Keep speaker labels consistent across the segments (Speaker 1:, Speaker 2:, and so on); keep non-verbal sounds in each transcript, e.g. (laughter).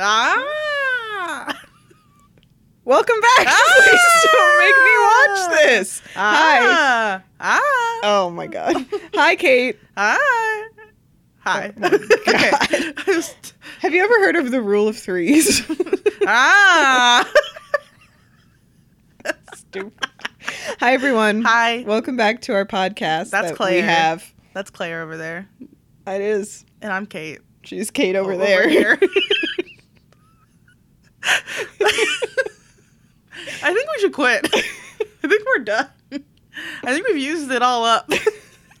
Speaker 1: Ah!
Speaker 2: Welcome back. (laughs) Please don't make me watch this. Hi.
Speaker 1: Ah, ah,
Speaker 2: Oh
Speaker 1: (laughs)
Speaker 2: my god. Hi, Kate.
Speaker 1: hi. Hi.
Speaker 2: Oh my
Speaker 1: (laughs) okay.
Speaker 2: Have you ever heard of the rule of threes? (laughs)
Speaker 1: ah. (laughs)
Speaker 2: Stupid. Hi, everyone.
Speaker 1: Hi.
Speaker 2: Welcome back to our
Speaker 1: That's
Speaker 2: podcast. that We
Speaker 1: Claire.
Speaker 2: have.
Speaker 1: That's Claire over there.
Speaker 2: It is.
Speaker 1: And I'm Kate. (laughs)
Speaker 2: She's Kate over
Speaker 1: Over
Speaker 2: there. (laughs)
Speaker 1: here. I think we should quit. (laughs) I think we're done. I think we've used it all up.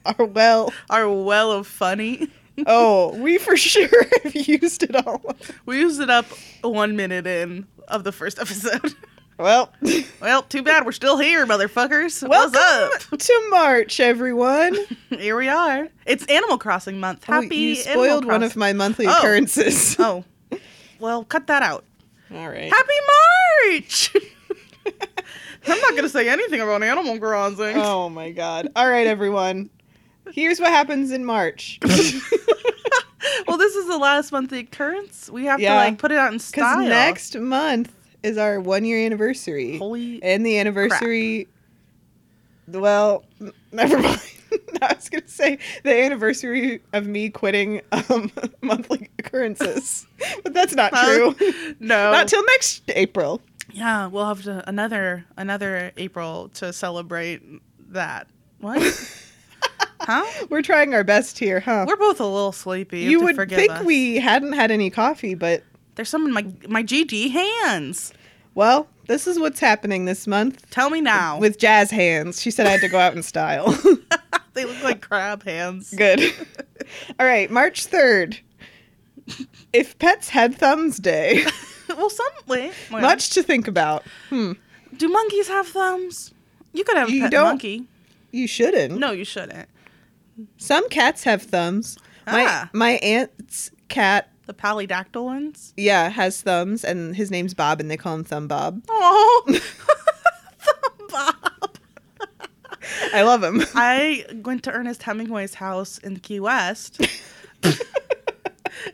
Speaker 1: (laughs)
Speaker 2: Are well.
Speaker 1: Our well of funny.
Speaker 2: Oh, we for sure (laughs) have used it all.
Speaker 1: We used it up one minute in of the first episode. (laughs)
Speaker 2: Well, (laughs)
Speaker 1: Well, too bad we're still here, motherfuckers. What's
Speaker 2: welcome to March, everyone.
Speaker 1: up? (laughs) Here we are. It's Animal Crossing month.
Speaker 2: Oh,
Speaker 1: Happy
Speaker 2: you
Speaker 1: Animal
Speaker 2: spoiled one of
Speaker 1: Crossing-
Speaker 2: my monthly
Speaker 1: Oh.
Speaker 2: occurrences.
Speaker 1: Oh. Well, cut that out.
Speaker 2: (laughs) All right.
Speaker 1: Happy
Speaker 2: (laughs)
Speaker 1: March. I'm not going to say anything about Animal (laughs) Crossing.
Speaker 2: Oh my god. All right, everyone. Here's what happens in March. (laughs)
Speaker 1: well, this is the last monthly occurrence. We have
Speaker 2: Yeah.
Speaker 1: to like put it out in
Speaker 2: Because
Speaker 1: style.
Speaker 2: next month is our one year anniversary.
Speaker 1: holy
Speaker 2: And the anniversary. Well, n- never mind. (laughs) I was going to say the anniversary of me quitting um, (laughs) monthly occurrences. But that's not
Speaker 1: Huh?
Speaker 2: true.
Speaker 1: no.
Speaker 2: Not till next April.
Speaker 1: yeah, we'll have to another another April to celebrate that.
Speaker 2: (laughs)
Speaker 1: What? huh?
Speaker 2: We're trying our best here, huh?
Speaker 1: We're both a little sleepy. have
Speaker 2: you
Speaker 1: to
Speaker 2: would
Speaker 1: forgive
Speaker 2: think
Speaker 1: us.
Speaker 2: we hadn't had any coffee, but
Speaker 1: There's some in my my GD hands.
Speaker 2: well, this is what's happening this month.
Speaker 1: Tell me now.
Speaker 2: with jazz hands. She said I had to go out in style.
Speaker 1: (laughs)
Speaker 2: (laughs)
Speaker 1: they look like crab hands.
Speaker 2: Good. All right, March 3rd. If pets had thumbs day,
Speaker 1: (laughs) well, some wait, wait.
Speaker 2: much to think about. Hmm.
Speaker 1: Do monkeys have thumbs? You could have a
Speaker 2: You
Speaker 1: pet
Speaker 2: don't-
Speaker 1: monkey.
Speaker 2: You shouldn't.
Speaker 1: No, you shouldn't.
Speaker 2: Some cats have thumbs. My
Speaker 1: Ah.
Speaker 2: my aunt's cat,
Speaker 1: The polydactyl ones.
Speaker 2: yeah, has thumbs and his name's Bob and they call him Thumb Bob. (laughs)
Speaker 1: Oh, Bob.
Speaker 2: I
Speaker 1: (laughs)
Speaker 2: love him.
Speaker 1: (laughs)
Speaker 2: (laughs)
Speaker 1: I went to Ernest Hemingway's house in Key
Speaker 2: (laughs)
Speaker 1: West.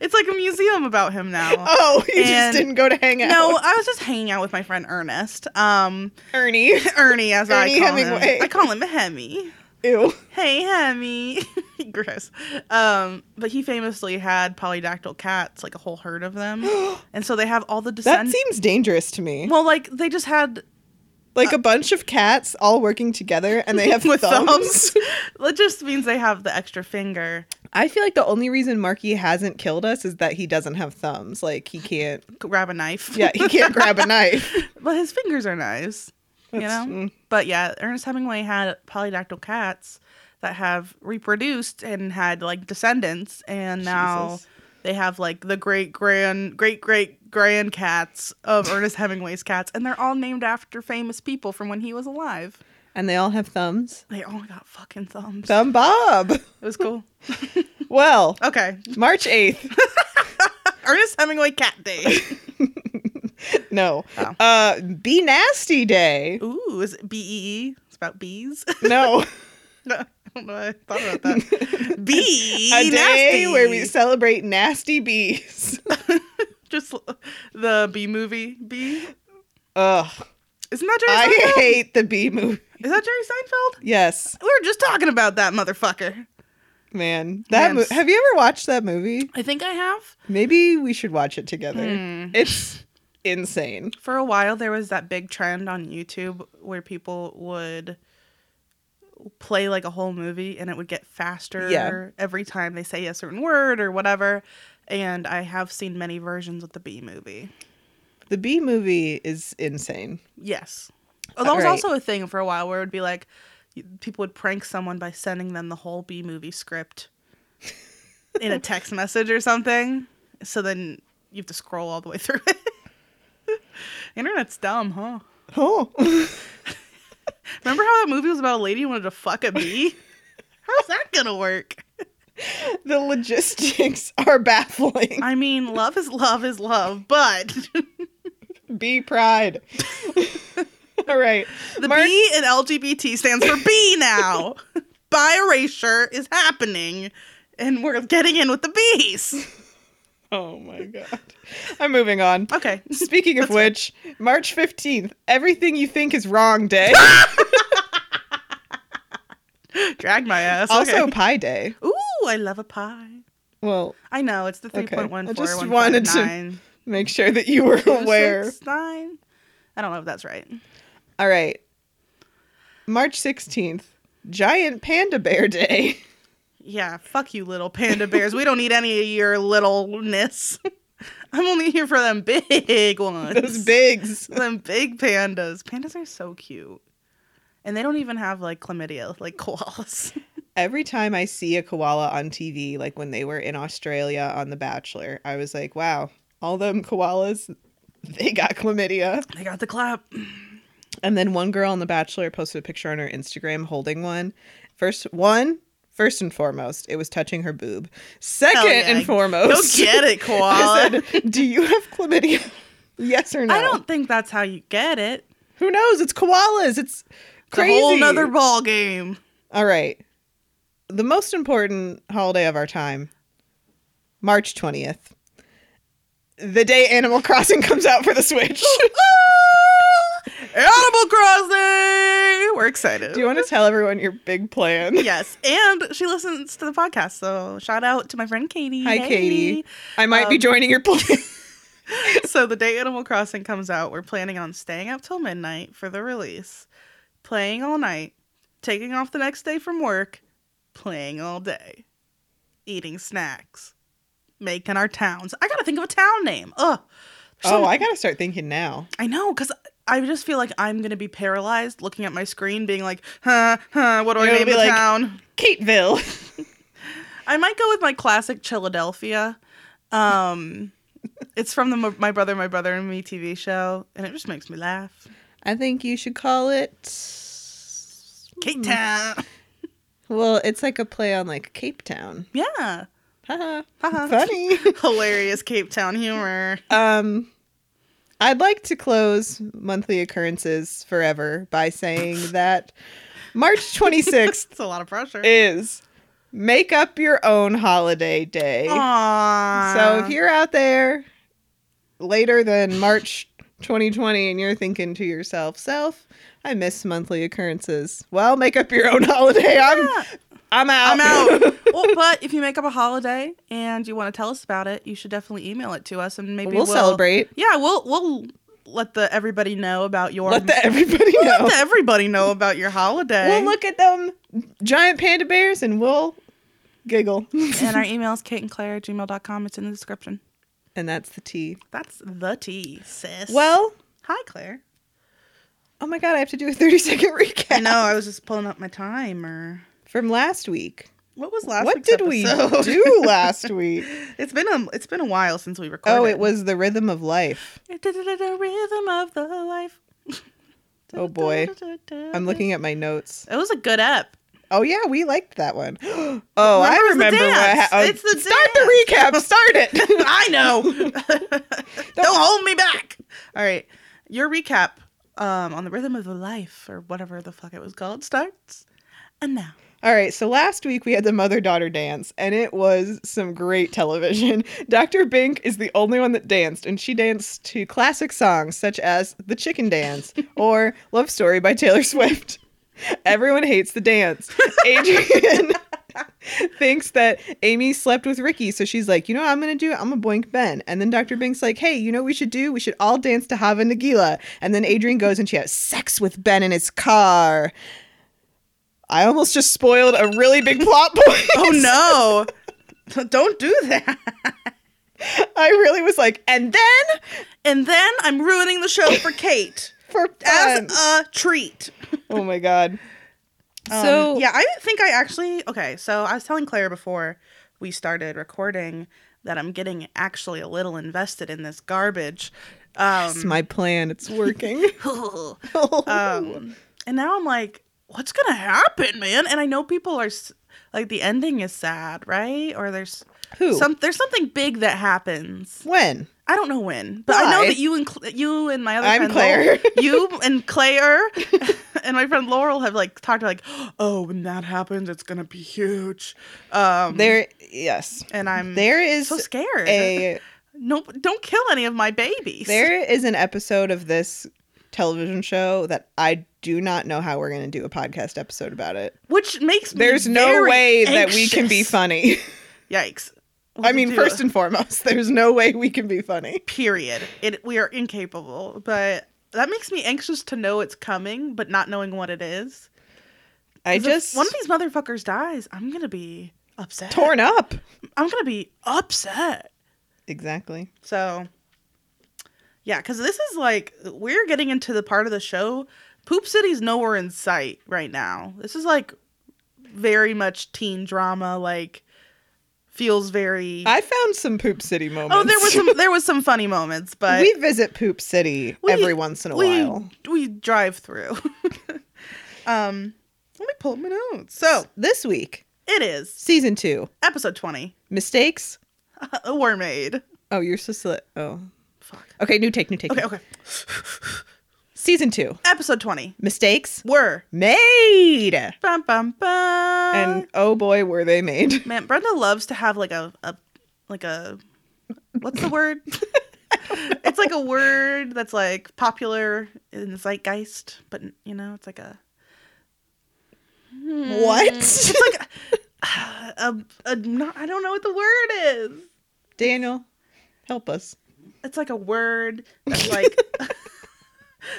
Speaker 1: it's like a museum about him now.
Speaker 2: Oh, you
Speaker 1: And-
Speaker 2: just didn't go to hang out.
Speaker 1: No, I was just hanging out with my friend Ernest. Um,
Speaker 2: (laughs)
Speaker 1: (laughs)
Speaker 2: Ernie.
Speaker 1: Ernie, as
Speaker 2: Ernie
Speaker 1: I call
Speaker 2: Hemingway.
Speaker 1: him. I call him Hemi.
Speaker 2: Ew.
Speaker 1: Hey, Hemi. (laughs) Gross. Um, but he famously had polydactyl cats, like a whole herd of
Speaker 2: (gasps)
Speaker 1: them, and so they have all the
Speaker 2: That
Speaker 1: descendants.
Speaker 2: seems dangerous to me.
Speaker 1: well, like they just had
Speaker 2: Like a bunch of cats all working together
Speaker 1: (laughs)
Speaker 2: and they have
Speaker 1: with
Speaker 2: thumbs. (laughs)
Speaker 1: thumbs. (laughs) that just means they have the extra finger.
Speaker 2: I feel like the only reason Marky hasn't killed us is that he doesn't have thumbs. Like he can't.
Speaker 1: Grab a knife.
Speaker 2: Yeah, he can't
Speaker 1: (laughs)
Speaker 2: grab a knife.
Speaker 1: But his fingers are nice, you
Speaker 2: That's-
Speaker 1: know?
Speaker 2: mm.
Speaker 1: But yeah, Ernest Hemingway had polydactyl cats that have reproduced and had like descendants and now
Speaker 2: Jesus.
Speaker 1: they have like the great grand great great grand cats
Speaker 2: (laughs)
Speaker 1: of Ernest Hemingway's cats and they're all named after famous people from when he was alive.
Speaker 2: (laughs) And they all have thumbs.
Speaker 1: They all got fucking thumbs.
Speaker 2: Thumb Bob.
Speaker 1: It was cool.
Speaker 2: Well,
Speaker 1: Okay.
Speaker 2: March 8th.
Speaker 1: Ernest Hemingway Cat
Speaker 2: (laughs)
Speaker 1: Day.
Speaker 2: No.
Speaker 1: Oh.
Speaker 2: Uh, Be Nasty Day.
Speaker 1: Ooh, is it B E E? It's about bees. (laughs)
Speaker 2: (laughs) No.
Speaker 1: I don't know. why I thought about
Speaker 2: (laughs)
Speaker 1: that. Bee
Speaker 2: a day
Speaker 1: nasty.
Speaker 2: where we celebrate nasty bees.
Speaker 1: just l- the B movie B.
Speaker 2: Ugh.
Speaker 1: Isn't that Jerry
Speaker 2: I
Speaker 1: Seinfeld?
Speaker 2: hate the bee movie.
Speaker 1: Is that Jerry Seinfeld?
Speaker 2: Yes,
Speaker 1: We were just talking about that motherfucker.
Speaker 2: man. That
Speaker 1: Man,
Speaker 2: mo-
Speaker 1: s-
Speaker 2: have you ever watched that movie?
Speaker 1: I think I have.
Speaker 2: Maybe we should watch it together.
Speaker 1: Hmm.
Speaker 2: It's insane.
Speaker 1: For a while, there was that big trend on YouTube where people would play like a whole movie and it would get faster
Speaker 2: Yeah.
Speaker 1: every time they say a certain word or whatever. And I have seen many versions of the B movie.
Speaker 2: The B movie is insane.
Speaker 1: Yes. Oh, that was
Speaker 2: Alright.
Speaker 1: also a thing for a while where it would be like y- people would prank someone by sending them the whole B movie script in a text message or something. So then you have to scroll all the way (laughs) through it. Internet's dumb, huh?
Speaker 2: Oh,
Speaker 1: Remember how that movie was about a lady who wanted to fuck a bee? How's that gonna work?
Speaker 2: (laughs) the logistics (laughs) are baffling. (laughs)
Speaker 1: I mean, love is love is love, but
Speaker 2: Bee pride. (laughs) All right.
Speaker 1: the
Speaker 2: March-
Speaker 1: B in LGBT stands for B now. Bi erasure is happening, and we're getting in with the bees.
Speaker 2: Oh my god. I'm moving on. (laughs)
Speaker 1: Okay.
Speaker 2: Speaking of which, March 15th, everything you think is wrong day.
Speaker 1: (laughs) Drag my ass.
Speaker 2: also
Speaker 1: okay.
Speaker 2: Pi Day.
Speaker 1: ooh, I love a pie.
Speaker 2: Well,
Speaker 1: I know it's the
Speaker 2: Okay.
Speaker 1: three point one
Speaker 2: I
Speaker 1: four
Speaker 2: just
Speaker 1: one
Speaker 2: wanted
Speaker 1: five
Speaker 2: to-
Speaker 1: nine
Speaker 2: make sure that you were
Speaker 1: two
Speaker 2: aware.
Speaker 1: six nine. I don't know if that's right.
Speaker 2: All right. March 16th, Giant Panda Bear Day. (laughs)
Speaker 1: Yeah, fuck you, little panda bears. we don't need any of your littleness. (laughs) I'm only here for them big ones.
Speaker 2: Those bigs.
Speaker 1: (laughs) them big pandas. Pandas are so cute. And they don't even have like chlamydia like koalas. (laughs)
Speaker 2: Every time I see a koala on TV, like when they were in Australia on The Bachelor, I was like, wow, all them koalas, (laughs) they got chlamydia.
Speaker 1: they got the clap.
Speaker 2: And then one girl on The Bachelor posted a picture on her Instagram holding one. First one, first and foremost, it was touching her boob. Second
Speaker 1: yeah.
Speaker 2: and
Speaker 1: Go
Speaker 2: foremost,
Speaker 1: get it, koala.
Speaker 2: Oh, (laughs) I said, "Do you have chlamydia? (laughs) yes or no?
Speaker 1: I don't think that's how you get it.
Speaker 2: Who knows? It's koalas. It's
Speaker 1: It's a
Speaker 2: crazy.
Speaker 1: whole nother ball game.
Speaker 2: All right. The most important holiday of our time, March twentieth, the day Animal Crossing (laughs) comes out for the (laughs) Switch.
Speaker 1: Animal Crossing. We're excited.
Speaker 2: Do you want to tell everyone your big plan?
Speaker 1: yes, and she listens to the podcast, so shout out to my friend Katie.
Speaker 2: Hi,
Speaker 1: Hey.
Speaker 2: Katie. I might be
Speaker 1: Um,
Speaker 2: joining your (laughs) plan.
Speaker 1: (laughs) so the day Animal Crossing comes out, we're planning on staying up till midnight for the release, playing all night, taking off the next day from work, playing all day, eating snacks, making our towns. I gotta think of a town name. Ugh. There's
Speaker 2: Oh,
Speaker 1: so-
Speaker 2: I gotta start thinking now.
Speaker 1: I know, cause I just feel like I'm gonna be paralyzed looking at my screen, being like, huh, huh, what do I
Speaker 2: You're gonna
Speaker 1: name
Speaker 2: be
Speaker 1: the
Speaker 2: like-
Speaker 1: town?
Speaker 2: Kateville.
Speaker 1: I might go with my classic Philadelphia. Um, it's from the Mo- My Brother, My Brother and Me TV show, and it just makes me laugh.
Speaker 2: (laughs) I think you should call it.
Speaker 1: Cape
Speaker 2: Hmm.
Speaker 1: Town.
Speaker 2: Well, it's like a play on like Cape Town.
Speaker 1: Yeah.
Speaker 2: Haha,
Speaker 1: Haha.
Speaker 2: funny.
Speaker 1: Hilarious Cape Town humor. (laughs)
Speaker 2: um, I'd like to close monthly occurrences forever by saying that
Speaker 1: (laughs)
Speaker 2: March 26th
Speaker 1: It's a lot of pressure.
Speaker 2: is make up your own holiday day.
Speaker 1: Aww.
Speaker 2: So if you're out there later than March 2020 and you're thinking to yourself, self, I miss monthly occurrences. Well, make up your own holiday. I'm I'm out.
Speaker 1: I'm
Speaker 2: (laughs)
Speaker 1: out. well, but if you make up a holiday and you want to tell us about it, you should definitely email it to us and maybe
Speaker 2: we'll, celebrate.
Speaker 1: Yeah, we'll we'll let the everybody know about your
Speaker 2: Let the everybody
Speaker 1: (laughs) We'll
Speaker 2: know.
Speaker 1: let the everybody know about your holiday.
Speaker 2: We'll look at them giant panda bears and we'll
Speaker 1: (laughs)
Speaker 2: giggle.
Speaker 1: and our email is kate and claire at gmail.com. It's in the description.
Speaker 2: and that's the tea.
Speaker 1: That's the tea, sis.
Speaker 2: Well,
Speaker 1: hi Claire.
Speaker 2: oh my god, I have to do a 30 second (laughs) recap
Speaker 1: I know, I was just pulling up my timer.
Speaker 2: from last week.
Speaker 1: What was last
Speaker 2: what
Speaker 1: week's
Speaker 2: did
Speaker 1: episode?
Speaker 2: we do
Speaker 1: (laughs)
Speaker 2: last week?
Speaker 1: It's been a it's been a while since we recorded.
Speaker 2: oh, it was the rhythm of life.
Speaker 1: the rhythm of the life.
Speaker 2: (laughs)
Speaker 1: (laughs)
Speaker 2: Oh, boy. I'm looking at my notes.
Speaker 1: It was a good
Speaker 2: (laughs)
Speaker 1: ep.
Speaker 2: Oh yeah, we liked that one. (gasps) oh, I
Speaker 1: it's the
Speaker 2: remember what
Speaker 1: dance.
Speaker 2: happened.
Speaker 1: It's the
Speaker 2: start the recap. Start
Speaker 1: (laughs)
Speaker 2: it. (laughs)
Speaker 1: I know. Don't hold me back. All right, your recap um, on the rhythm of the life or whatever the fuck it was called starts, and now
Speaker 2: All right, so last week we had the mother daughter dance, and it was some great television. (laughs) Dr. Bink is the only one that danced, and she danced to classic songs such as The Chicken Dance or Love Story by Taylor Swift. Everyone hates the dance. Adrian
Speaker 1: (laughs)
Speaker 2: thinks that Amy slept with Ricky, so she's like, you know what I'm gonna do? I'm gonna boink Ben. And then Dr. Bink's like, hey, you know what we should do? We should all dance to Hava Nagila. And then Adrian goes and she has sex with Ben in his car. I almost just spoiled a really big
Speaker 1: (laughs)
Speaker 2: plot point.
Speaker 1: oh no, (laughs) don't do that.
Speaker 2: (laughs) I really was like, and then
Speaker 1: And then I'm ruining the show for Kate
Speaker 2: for
Speaker 1: as
Speaker 2: (laughs) fun.
Speaker 1: a treat.
Speaker 2: oh my god.
Speaker 1: Um,
Speaker 2: so
Speaker 1: yeah, I didn't think I actually okay. So I was telling Claire before we started recording that I'm getting actually a little invested in this garbage.
Speaker 2: (laughs)
Speaker 1: Um,
Speaker 2: it's my plan. It's working.
Speaker 1: (laughs) um, and now I'm like, what's gonna happen, man? And I know people are s- like the ending is sad, right? Or there's
Speaker 2: (laughs) Who?
Speaker 1: some there's something big that happens.
Speaker 2: when?
Speaker 1: I don't know when, but I know
Speaker 2: Why? (laughs)
Speaker 1: that you and Cl- you and my other
Speaker 2: I'm
Speaker 1: friend,
Speaker 2: Claire.
Speaker 1: you and Claire (laughs) and my friend Laurel have like talked like, oh, when that happens, it's gonna be huge. Um,
Speaker 2: There, yes,
Speaker 1: and I'm
Speaker 2: there is
Speaker 1: Mm-hmm. so scared. (laughs)
Speaker 2: a
Speaker 1: no, don't kill any of my babies.
Speaker 2: there is an episode of this television show that I do not know how we're going to do a podcast episode about it.
Speaker 1: which makes me
Speaker 2: There's no
Speaker 1: very
Speaker 2: way that we can be
Speaker 1: anxious. (laughs)
Speaker 2: funny.
Speaker 1: Yikes!
Speaker 2: I mean, first and foremost, there's no way we can be funny.
Speaker 1: period. It we are incapable, but that makes me anxious to know it's coming, but not knowing what it is.
Speaker 2: I
Speaker 1: 'Cause if
Speaker 2: just
Speaker 1: one of these motherfuckers dies, I'm gonna be upset.
Speaker 2: torn up.
Speaker 1: I'm gonna be upset.
Speaker 2: Exactly.
Speaker 1: So, yeah, because this is like we're getting into the part of the show. Poop City's nowhere in sight right now. This is like very much teen drama. Like feels very.
Speaker 2: I found some Poop City moments.
Speaker 1: oh, there was some there was some funny moments, but
Speaker 2: (laughs) we visit Poop City
Speaker 1: We-
Speaker 2: every once in a
Speaker 1: we
Speaker 2: while.
Speaker 1: we drive through. (laughs) um, let me pull up my notes. So
Speaker 2: This week,
Speaker 1: it is
Speaker 2: season two,
Speaker 1: episode twenty. (laughs)
Speaker 2: mistakes.
Speaker 1: A war made.
Speaker 2: Oh, you're so sli Oh,
Speaker 1: Fuck.
Speaker 2: okay. New take. New take.
Speaker 1: Okay, okay.
Speaker 2: Season two,
Speaker 1: Episode twenty.
Speaker 2: mistakes
Speaker 1: Were
Speaker 2: made.
Speaker 1: bum bum bum.
Speaker 2: And oh boy, were they made.
Speaker 1: Man, Brenda loves to have like a, a like a what's the
Speaker 2: (laughs)
Speaker 1: word? it's like a word that's like popular in the zeitgeist, but you know, it's like a Hmm.
Speaker 2: (laughs) What?
Speaker 1: a, a not, I don't know what the word is.
Speaker 2: Daniel, help us.
Speaker 1: It's like a word that's
Speaker 2: (laughs)
Speaker 1: like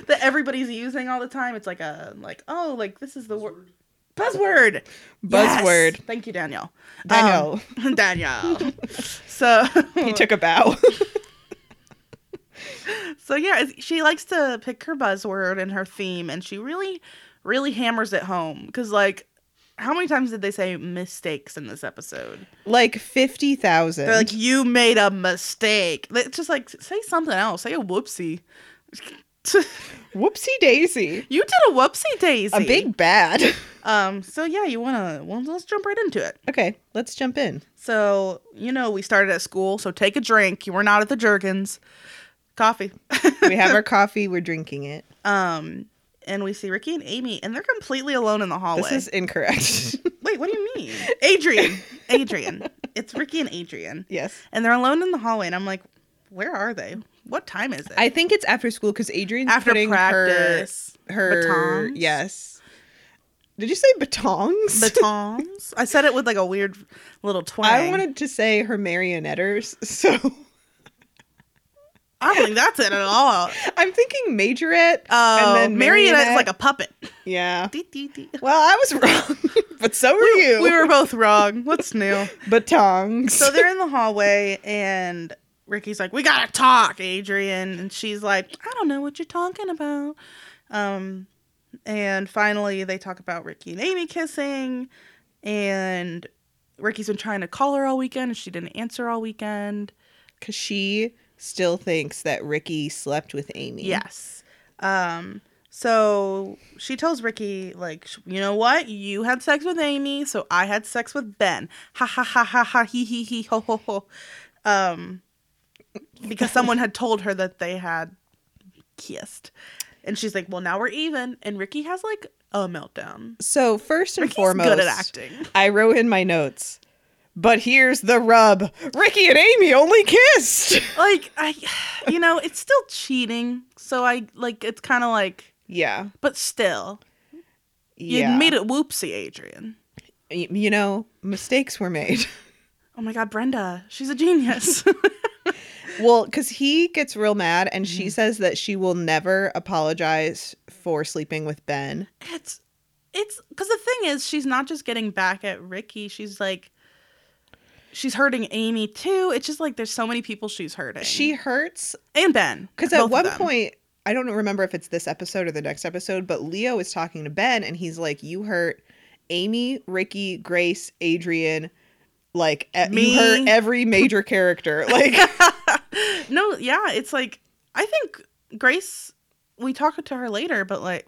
Speaker 1: that everybody's using all the time. It's like a like oh like this is the word buzzword Yes!
Speaker 2: Buzzword.
Speaker 1: Thank you, (laughs) Danielle. Um,
Speaker 2: Danielle. (laughs)
Speaker 1: Danielle. so
Speaker 2: He took a bow. (laughs)
Speaker 1: So yeah, it's- she likes to pick her buzzword and her theme, and she really, really hammers it home. Cause like, how many times did they say mistakes in this episode?
Speaker 2: like fifty thousand.
Speaker 1: They're like, "You made a mistake." It's just like say something else. Say a whoopsie. (laughs)
Speaker 2: whoopsie daisy.
Speaker 1: you did a whoopsie daisy.
Speaker 2: A big bad. (laughs)
Speaker 1: Um. So yeah, you wanna? Well, let's jump right into it.
Speaker 2: Okay, let's jump in.
Speaker 1: So you know, we started at school. So take a drink. You were not at the Jergens. Coffee. (laughs)
Speaker 2: We have our coffee. We're drinking it.
Speaker 1: um. And we see Ricky and Amy, and they're completely alone in the hallway.
Speaker 2: This is incorrect. (laughs)
Speaker 1: Wait, what do you mean? Adrian. (laughs) Adrian. It's Ricky and Adrian.
Speaker 2: yes.
Speaker 1: And they're alone in the hallway. And I'm like, where are they? What time is it?
Speaker 2: I think it's after school because Adrian's
Speaker 1: After
Speaker 2: putting (laughs)
Speaker 1: practice.
Speaker 2: her her
Speaker 1: Batons?
Speaker 2: yes. Did you say batongs?
Speaker 1: Batons. I said it with like a weird little twang.
Speaker 2: I wanted to say her marionetters, (laughs) so
Speaker 1: I don't think that's it at
Speaker 2: (laughs)
Speaker 1: all.
Speaker 2: I'm thinking majorette.
Speaker 1: Oh, Marionette is like a puppet. (laughs)
Speaker 2: yeah.
Speaker 1: Dee, dee, dee.
Speaker 2: Well, I was (laughs) wrong, but so were you.
Speaker 1: We were both wrong. What's new?
Speaker 2: batongs.
Speaker 1: So they're in the hallway, and Ricky's like, "We gotta talk, Adrian," and she's like, "I don't know what you're talking about." Um, and finally, they talk about Ricky and Amy kissing, and Ricky's been trying to call her all weekend, and she didn't answer all weekend.
Speaker 2: because she still thinks that Ricky slept with Amy.
Speaker 1: Yes. Um. So she tells Ricky, like, sh- you know what? You had sex with Amy, so I had sex with Ben. Ha ha ha ha ha he he he ho ho ho. Um, because someone had told her that they had kissed, and she's like, well, now we're even. And Ricky has like a meltdown.
Speaker 2: So first and
Speaker 1: Ricky's
Speaker 2: foremost,
Speaker 1: good at acting.
Speaker 2: I wrote in my notes. But here's the rub: Ricky and Amy only kissed. (laughs)
Speaker 1: Like I, you know, it's still cheating. So I like it's kind of like,
Speaker 2: Yeah.
Speaker 1: but still, you
Speaker 2: yeah.
Speaker 1: made it whoopsie, Adrian.
Speaker 2: Y- you know, mistakes were made. (laughs)
Speaker 1: Oh my God, Brenda, she's a genius.
Speaker 2: well, because he gets real mad and
Speaker 1: Mm-hmm.
Speaker 2: she says that she will never apologize for sleeping with Ben.
Speaker 1: it's it's because the thing is, she's not just getting back at Ricky. She's like, she's hurting Amy too. It's just like there's so many people she's hurting.
Speaker 2: She hurts
Speaker 1: and Ben
Speaker 2: because
Speaker 1: both
Speaker 2: at
Speaker 1: of
Speaker 2: one
Speaker 1: them.
Speaker 2: point, I don't remember if it's this episode or the next episode, but Leo is talking to Ben and he's like, You hurt Amy, Ricky, Grace, Adrian. Like, e-
Speaker 1: Me.
Speaker 2: you hurt every major character. (laughs) Like,
Speaker 1: (laughs) no, yeah, it's like I think Grace. We talk to her later, but like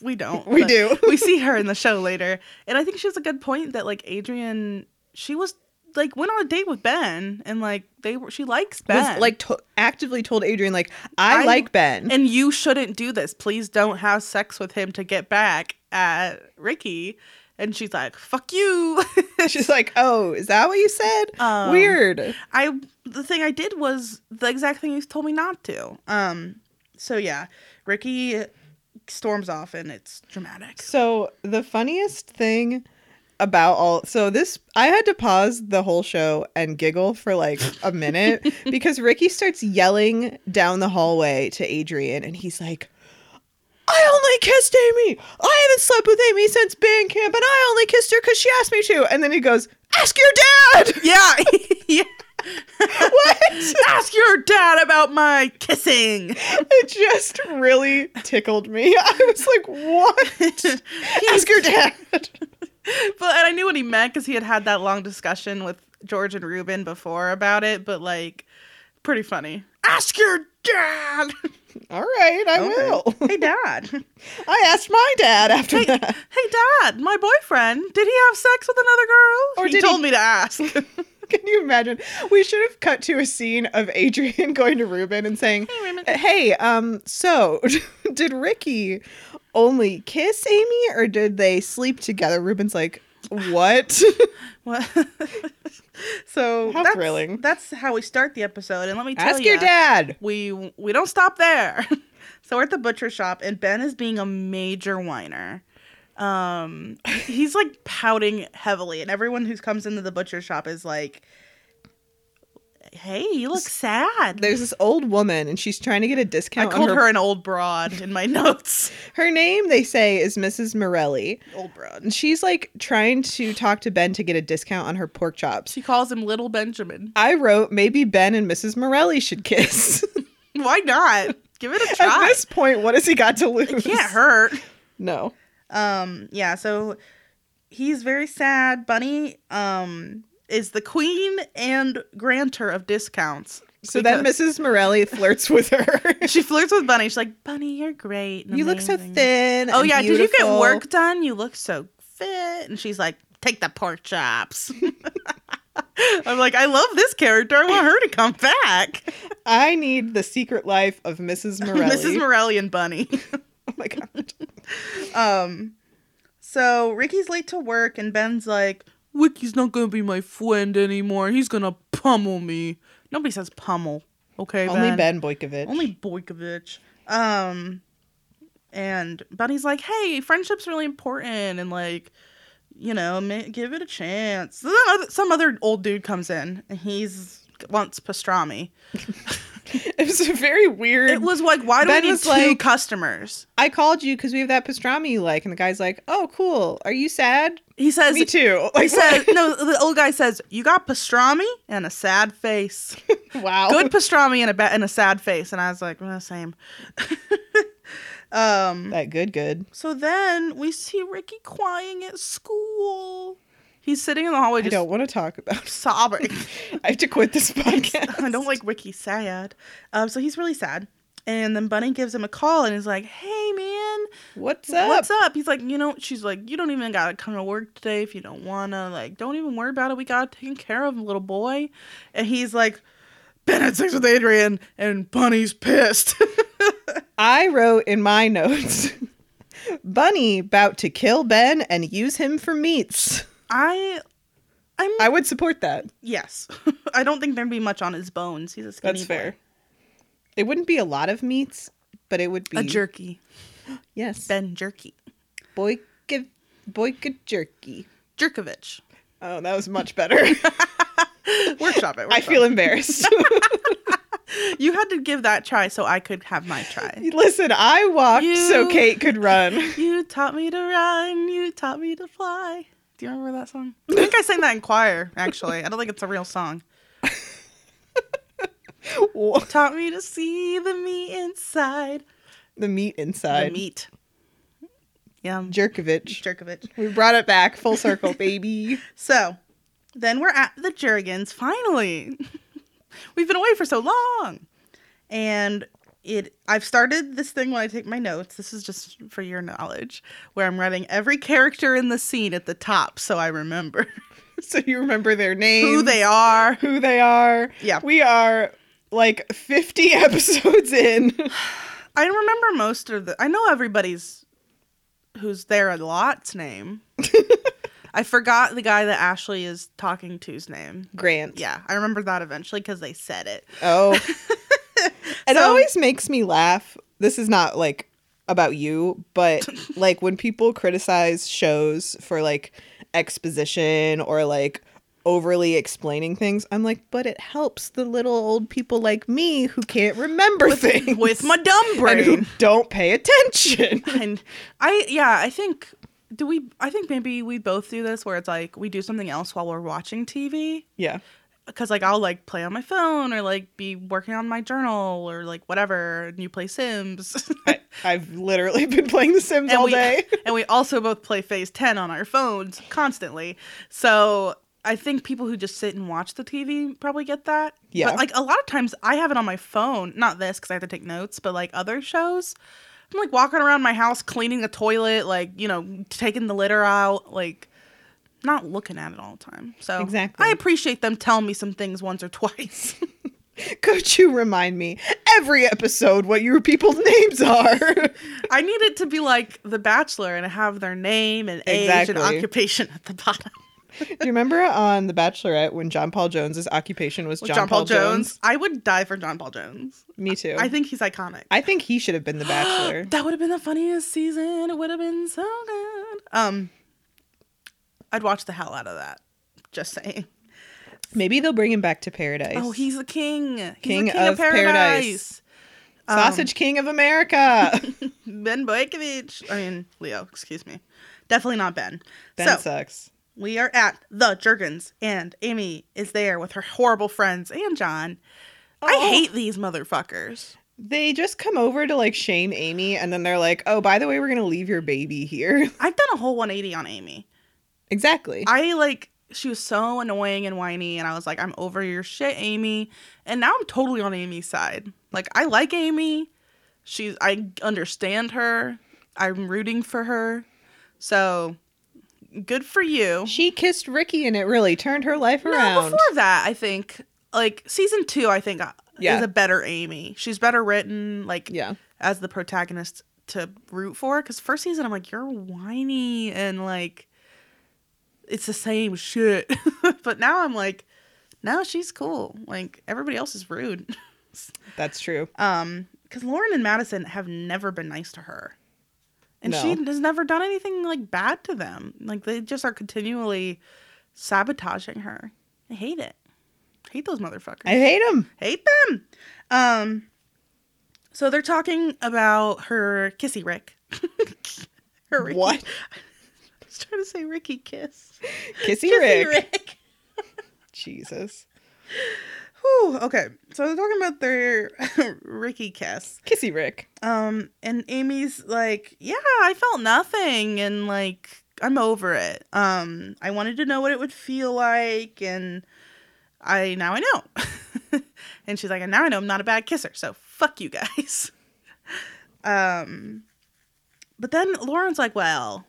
Speaker 1: we don't.
Speaker 2: we
Speaker 1: But
Speaker 2: do. (laughs)
Speaker 1: we see her in the show later, and I think she has a good point that like Adrian, she was like went on a date with Ben, and like they were, she likes Ben.
Speaker 2: was like to- actively told Adrian like I,
Speaker 1: I-
Speaker 2: like Ben.
Speaker 1: and you shouldn't do this. Please don't have sex with him to get back at Ricky. And she's like, "Fuck you."
Speaker 2: (laughs)
Speaker 1: (laughs)
Speaker 2: She's like, "Oh, is that what you said?
Speaker 1: Um,
Speaker 2: Weird."
Speaker 1: I the thing I did was the exact thing you told me not to. Um. So yeah, Ricky storms off, and it's dramatic.
Speaker 2: So the funniest thing about all so this I had to pause the whole show and giggle for like a minute because Ricky starts yelling down the hallway to Adrian and he's like I only kissed Amy. I haven't slept with Amy since band camp and I only kissed her cuz she asked me to. And then he goes, "Ask your dad." (laughs)
Speaker 1: Yeah. (laughs) yeah.
Speaker 2: what?
Speaker 1: (laughs) Ask your dad about my kissing.
Speaker 2: It just really tickled me. (laughs) I was like, "What?" Ask your dad. (laughs)
Speaker 1: (laughs) But and I knew what he meant because he had had that long discussion with George and Ruben before about it. But like, pretty funny. Ask your (laughs) dad.
Speaker 2: All right, I will. (laughs)
Speaker 1: hey, dad.
Speaker 2: I asked my dad
Speaker 1: (laughs)
Speaker 2: after
Speaker 1: Hey, hey,
Speaker 2: that.
Speaker 1: dad. My boyfriend. Did he have sex with another girl?
Speaker 2: Or
Speaker 1: he
Speaker 2: did
Speaker 1: told
Speaker 2: he-
Speaker 1: me to (laughs) ask. hey,
Speaker 2: (laughs) Can you imagine? We should have cut to a scene of Adrian (laughs) going to Ruben and saying,
Speaker 1: Raymond.
Speaker 2: "Hey, um, so (laughs) did Ricky only kiss Amy, or did they sleep together?" Ruben's like,
Speaker 1: (sighs)
Speaker 2: "What?"
Speaker 1: What? (laughs) so
Speaker 2: How
Speaker 1: that's,
Speaker 2: thrilling.
Speaker 1: That's how we start the episode. And let me tell
Speaker 2: (laughs) Ask
Speaker 1: you,
Speaker 2: your dad.
Speaker 1: we we don't stop there. (laughs) so we're at the butcher shop, and Ben is being a major whiner. Um, he's like pouting heavily, and everyone who comes into the butcher shop is like, "Hey, you look sad."
Speaker 2: There's this old woman, and she's trying to get a
Speaker 1: I
Speaker 2: discount. on
Speaker 1: called
Speaker 2: her,
Speaker 1: her an old broad in my (laughs) notes.
Speaker 2: her name. They say is Mrs. Morelli,
Speaker 1: old broad.
Speaker 2: and she's like trying to talk to Ben to get a discount on her pork chops.
Speaker 1: She calls him Little Benjamin.
Speaker 2: I wrote maybe Ben and Mrs. Morelli should kiss. (laughs)
Speaker 1: Why not? Give it a
Speaker 2: At
Speaker 1: try.
Speaker 2: this point, what has he got to lose?
Speaker 1: Can't hurt.
Speaker 2: No.
Speaker 1: Um, yeah, so he's very sad. Bunny um is the queen and grantor of discounts.
Speaker 2: So then
Speaker 1: Because- (laughs)
Speaker 2: Mrs. Morelli flirts with her.
Speaker 1: she flirts with Bunny. She's like, Bunny, you're great. and
Speaker 2: you look so
Speaker 1: amazing."
Speaker 2: thin.
Speaker 1: Oh
Speaker 2: and
Speaker 1: yeah, did you get
Speaker 2: beautiful."
Speaker 1: work done? You look so fit. And she's like, Take the pork chops. (laughs) I'm like, I love this character. I want her to come back. (laughs)
Speaker 2: I need the secret life of Mrs. Morelli.
Speaker 1: Mrs. Morelli and Bunny. (laughs)
Speaker 2: oh my god.
Speaker 1: Um, so Ricky's late to work, and Ben's like, Ricky's not gonna be my friend anymore. He's gonna pummel me. Nobody says pummel, okay?
Speaker 2: (laughs) Only Ben Boykovich. (laughs)
Speaker 1: Only Boykovich. Um, and Bunny's like, Hey, friendship's really important, and like, you know, ma- give it a chance. So then other- some other old dude comes in, and he's wants pastrami.
Speaker 2: It was a very weird.
Speaker 1: It was like, why do
Speaker 2: Ben
Speaker 1: we need
Speaker 2: was
Speaker 1: two
Speaker 2: like-
Speaker 1: customers?
Speaker 2: I called you because we have that pastrami you like, and the guy's like, "Oh, cool. Are you sad?
Speaker 1: He says,
Speaker 2: Me too." (laughs) Like,
Speaker 1: He says, no, the old guy says, you got pastrami and a sad face. (laughs)
Speaker 2: wow.
Speaker 1: Good pastrami and a, ba- and a sad face. And I was like, well, same. (laughs) um,
Speaker 2: (laughs) That good, good.
Speaker 1: so then we see Ricky crying at school. He's sitting in the hallway
Speaker 2: I
Speaker 1: just
Speaker 2: don't want to talk about.
Speaker 1: (laughs)
Speaker 2: (laughs)
Speaker 1: sobbing.
Speaker 2: I have to quit this
Speaker 1: (laughs)
Speaker 2: podcast.
Speaker 1: I don't like Ricky sad. Um, so he's really sad. And then Bunny gives him a call and is like, hey, man,
Speaker 2: (laughs) What's up?
Speaker 1: What's up? He's like, you know, she's like, you don't even gotta come to work today if you don't wanna. Like, don't even worry about it. We got taken care of, little boy. And he's like, Ben had sex with Adrian, and Bunny's pissed. (laughs)
Speaker 2: I wrote in my (laughs) notes Bunny about to kill Ben and use him for meats.
Speaker 1: I, I'm
Speaker 2: I would support that.
Speaker 1: yes. (laughs) I don't think there'd be much on his bones. He's a skinny
Speaker 2: That's
Speaker 1: boy.
Speaker 2: fair. It wouldn't be a lot of meats, but it would be
Speaker 1: A jerky,
Speaker 2: Yes.
Speaker 1: Ben Jerky,
Speaker 2: Boy boyka jerky.
Speaker 1: Jerkovich.
Speaker 2: Oh, that was
Speaker 1: (laughs)
Speaker 2: much better. (laughs)
Speaker 1: Workshop (laughs) it. Workshop.
Speaker 2: I feel embarrassed. (laughs)
Speaker 1: you had to give that try so I could have my try.
Speaker 2: Listen, I walked so
Speaker 1: You-
Speaker 2: Kate could
Speaker 1: (laughs)
Speaker 2: run.
Speaker 1: You taught me to run. You taught me to fly. Do you remember that song? I think I sang that in choir, actually. I don't think it's a real song.
Speaker 2: Wha-
Speaker 1: Taught me to see the meat inside.
Speaker 2: the meat
Speaker 1: The
Speaker 2: inside.
Speaker 1: meat. Yeah.
Speaker 2: Jerkovich.
Speaker 1: Jerkovich.
Speaker 2: We brought it back full
Speaker 1: (laughs)
Speaker 2: circle, baby.
Speaker 1: So then we're at the Jergens finally. (laughs) We've been away for so long. And it I've started this thing when I take my notes. This is just for your knowledge, where I'm writing every character in the scene at the top so I remember. (laughs)
Speaker 2: so you remember their name,
Speaker 1: who they are.
Speaker 2: who they are.
Speaker 1: Yeah.
Speaker 2: We are like 50 (laughs) episodes in.
Speaker 1: I remember most of the. I know everybody's who's there a lot's name. I forgot the guy that Ashley is talking to's name.
Speaker 2: Grant.
Speaker 1: Yeah, I remember that eventually because they said it. (laughs)
Speaker 2: Oh. it
Speaker 1: So-
Speaker 2: always makes me laugh. This is not like about you,
Speaker 1: (laughs)
Speaker 2: but like when people criticize shows for like exposition or like overly explaining things, I'm like, but it helps the little old people like me who can't remember things
Speaker 1: With my dumb
Speaker 2: (laughs) and who
Speaker 1: brain.
Speaker 2: don't pay attention. (laughs)
Speaker 1: and I yeah, I think do we I think maybe we both do this where it's like we do something else while we're watching TV
Speaker 2: yeah.
Speaker 1: cuz like I'll like play on my phone or like be working on my journal or like whatever and you play Sims.
Speaker 2: I, I've literally been playing The (laughs) Sims all
Speaker 1: we,
Speaker 2: day.
Speaker 1: (laughs) and we also both play Phase 10 on our phones constantly. So I think people who just sit and watch the TV probably get that.
Speaker 2: Yeah.
Speaker 1: But like a lot of times I have it on my phone, not this because I have to take notes, but like other shows. I'm like walking around my house cleaning the toilet, like, you know, taking the litter out, like not looking at it all the time. So
Speaker 2: Exactly.
Speaker 1: I appreciate them telling me some things once or (laughs) twice.
Speaker 2: Could you remind me every episode what your people's (laughs) names are?
Speaker 1: I need it to be like The Bachelor and have their name and age and
Speaker 2: Exactly.
Speaker 1: occupation at the (laughs) bottom.
Speaker 2: Do you remember on The Bachelorette when John Paul Jones's occupation was
Speaker 1: John, Paul Jones. I would die for John Paul Jones.
Speaker 2: Me too.
Speaker 1: I think he's iconic.
Speaker 2: I think he should have been The
Speaker 1: (gasps)
Speaker 2: Bachelor.
Speaker 1: that would have been the funniest season. It would have been so good. Um, I'd watch the hell out of that. Just saying.
Speaker 2: Maybe they'll bring him back to paradise.
Speaker 1: Oh, he's the king. He's the
Speaker 2: King
Speaker 1: king of,
Speaker 2: of
Speaker 1: paradise.
Speaker 2: paradise.
Speaker 1: um,
Speaker 2: Sausage King
Speaker 1: (laughs)
Speaker 2: of America.
Speaker 1: Ben Boykovich. I mean, Leo, excuse me. Definitely not Ben.
Speaker 2: ben
Speaker 1: so
Speaker 2: sucks.
Speaker 1: we are at the Jergens, and Amy is there with her horrible friends and John. I
Speaker 2: Oh.
Speaker 1: hate these motherfuckers.
Speaker 2: They just come over to like shame Amy and then they're like, oh, by the way, we're going to leave your baby here. (laughs)
Speaker 1: I've done a whole 180 on Amy.
Speaker 2: exactly.
Speaker 1: I like she was so annoying and whiny, and I was like, I'm over your shit, Amy. And now I'm totally on Amy's side. Like I like Amy. She's I understand her. I'm rooting for her. So good for you.
Speaker 2: she kissed Ricky and it really turned her life
Speaker 1: No,
Speaker 2: around.
Speaker 1: before that, I think like season two, I think uh,
Speaker 2: Yeah.
Speaker 1: is a better Amy. She's better written, like
Speaker 2: Yeah.
Speaker 1: as the protagonist to root for. Because first season, I'm like, you're whiny and like, it's the same shit. (laughs) but now I'm like, now she's cool. Like everybody else is rude. (laughs)
Speaker 2: That's true.
Speaker 1: Um, because Lauren and Madison have never been nice to her, and
Speaker 2: No.
Speaker 1: she has never done anything like bad to them. Like they just are continually sabotaging her. I hate it. Hate those motherfuckers
Speaker 2: I hate him.
Speaker 1: hate them. Um, so they're talking about her kissy Rick. (laughs) her Ricky-
Speaker 2: What?
Speaker 1: I was (laughs) trying to say Ricky kiss.
Speaker 2: Kissy,
Speaker 1: Kissy
Speaker 2: Rick.
Speaker 1: Rick. (laughs)
Speaker 2: Jesus.
Speaker 1: Whew, okay, so they're talking about their (laughs) Ricky kiss.
Speaker 2: Kissy Rick.
Speaker 1: Um, and Amy's like, "Yeah, I felt nothing, and like I'm over it. Um, I wanted to know what it would feel like, and I now I know." (laughs) and she's like, "And now I know I'm not a bad kisser, so fuck you guys." (laughs) um, but then Lauren's like, "Well."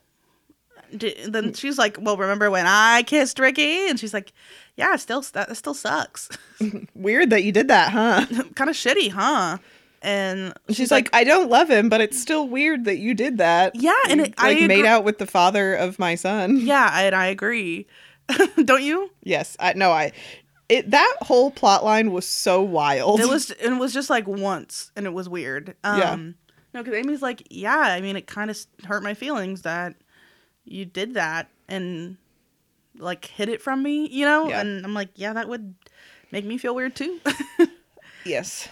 Speaker 1: d-
Speaker 2: Mm.
Speaker 1: Then she's like, "Well, remember when I kissed Ricky?" And she's like, "Yeah, it still that still sucks. (laughs)
Speaker 2: Weird that you did that, huh?
Speaker 1: kind of shitty, huh?" And
Speaker 2: She's, like, I don't love him, but it's still weird that you did that.
Speaker 1: Yeah, and
Speaker 2: You,
Speaker 1: it-
Speaker 2: like
Speaker 1: I
Speaker 2: made
Speaker 1: agree-
Speaker 2: out with the father of my son.
Speaker 1: Yeah, and I agree. (laughs) Don't you?
Speaker 2: Yes, I no, I. It that whole plot line was so wild.
Speaker 1: It was it was just like once, and it was weird. Um,
Speaker 2: Yeah.
Speaker 1: No, because Amy's like, yeah. I mean, it kind of hurt my feelings that you did that and like hid it from me, you know.
Speaker 2: Yeah.
Speaker 1: And I'm like, yeah, that would make me feel weird too. (laughs)
Speaker 2: yes.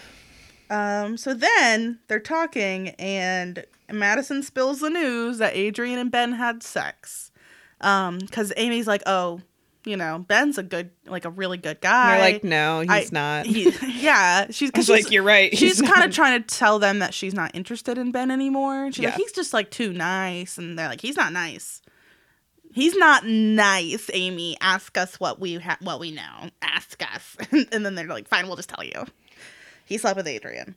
Speaker 1: um. So then they're talking, and Madison spills the news that Adrian and Ben had sex. Um. Because Amy's like, oh, you know, Ben's a good, like a really good
Speaker 2: And
Speaker 1: guy.
Speaker 2: they're like, no, he's
Speaker 1: I-
Speaker 2: not. (laughs)
Speaker 1: He, yeah, she's
Speaker 2: I was
Speaker 1: because
Speaker 2: like, you're right.
Speaker 1: she's kind of
Speaker 2: of.
Speaker 1: trying to tell them that she's not interested in Ben anymore. And she's like,
Speaker 2: Yeah.
Speaker 1: he's just like too nice, and they're like, he's not nice. He's not nice, Amy. Ask us what we ha- what we know. Ask us, (laughs) and then they're like, fine, we'll just tell you. He slept with Adrian,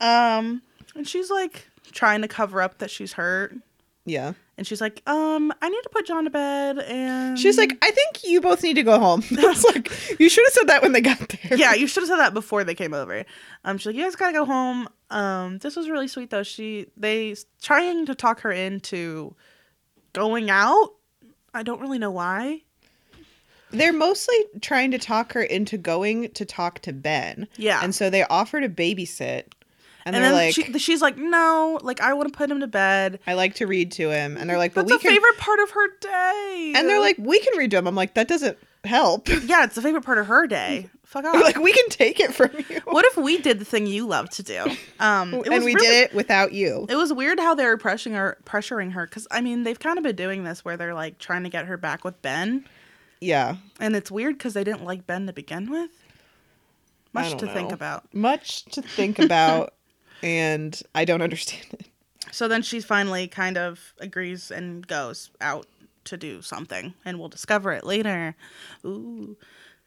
Speaker 1: um, and she's like trying to cover up that she's hurt.
Speaker 2: Yeah.
Speaker 1: And she's like, um, I need to put John to bed. And
Speaker 2: She's like, I think you both need to go home. (laughs) I was like, you should have said that when they got there. (laughs)
Speaker 1: yeah, you should have said that before they came over. Um, she's like, you guys gotta go home. Um, this was really sweet though. She they s- trying to talk her into going out. I don't really know why.
Speaker 2: They're mostly trying to talk her into going to talk to Ben.
Speaker 1: Yeah,
Speaker 2: And so they offer to babysit.
Speaker 1: and,
Speaker 2: And, they're
Speaker 1: then
Speaker 2: like,
Speaker 1: she, she's like, no, like I want to put him to bed.
Speaker 2: I like to read to him. And they're like, but
Speaker 1: That's a
Speaker 2: we can.
Speaker 1: favorite part of her day.
Speaker 2: And they're like, we can read to him. I'm like, that doesn't help. (laughs)
Speaker 1: yeah, it's the favorite part of her day. Fuck off.
Speaker 2: We're like, we can take it from you.
Speaker 1: what if we did the thing you love to do?
Speaker 2: (laughs)
Speaker 1: Um, it
Speaker 2: and
Speaker 1: was
Speaker 2: we
Speaker 1: really
Speaker 2: did it without you.
Speaker 1: It was weird how they were pressuring her, pressuring her, because I mean they've kind of been doing this where they're like trying to get her back with Ben,
Speaker 2: Yeah.
Speaker 1: and it's weird because they didn't like Ben to begin with.
Speaker 2: I
Speaker 1: Much
Speaker 2: don't
Speaker 1: to think
Speaker 2: know.
Speaker 1: about.
Speaker 2: Much to
Speaker 1: (laughs)
Speaker 2: think about. and I don't understand it.
Speaker 1: So then she finally kind of agrees and goes out to do something, and we'll discover it later. Ooh.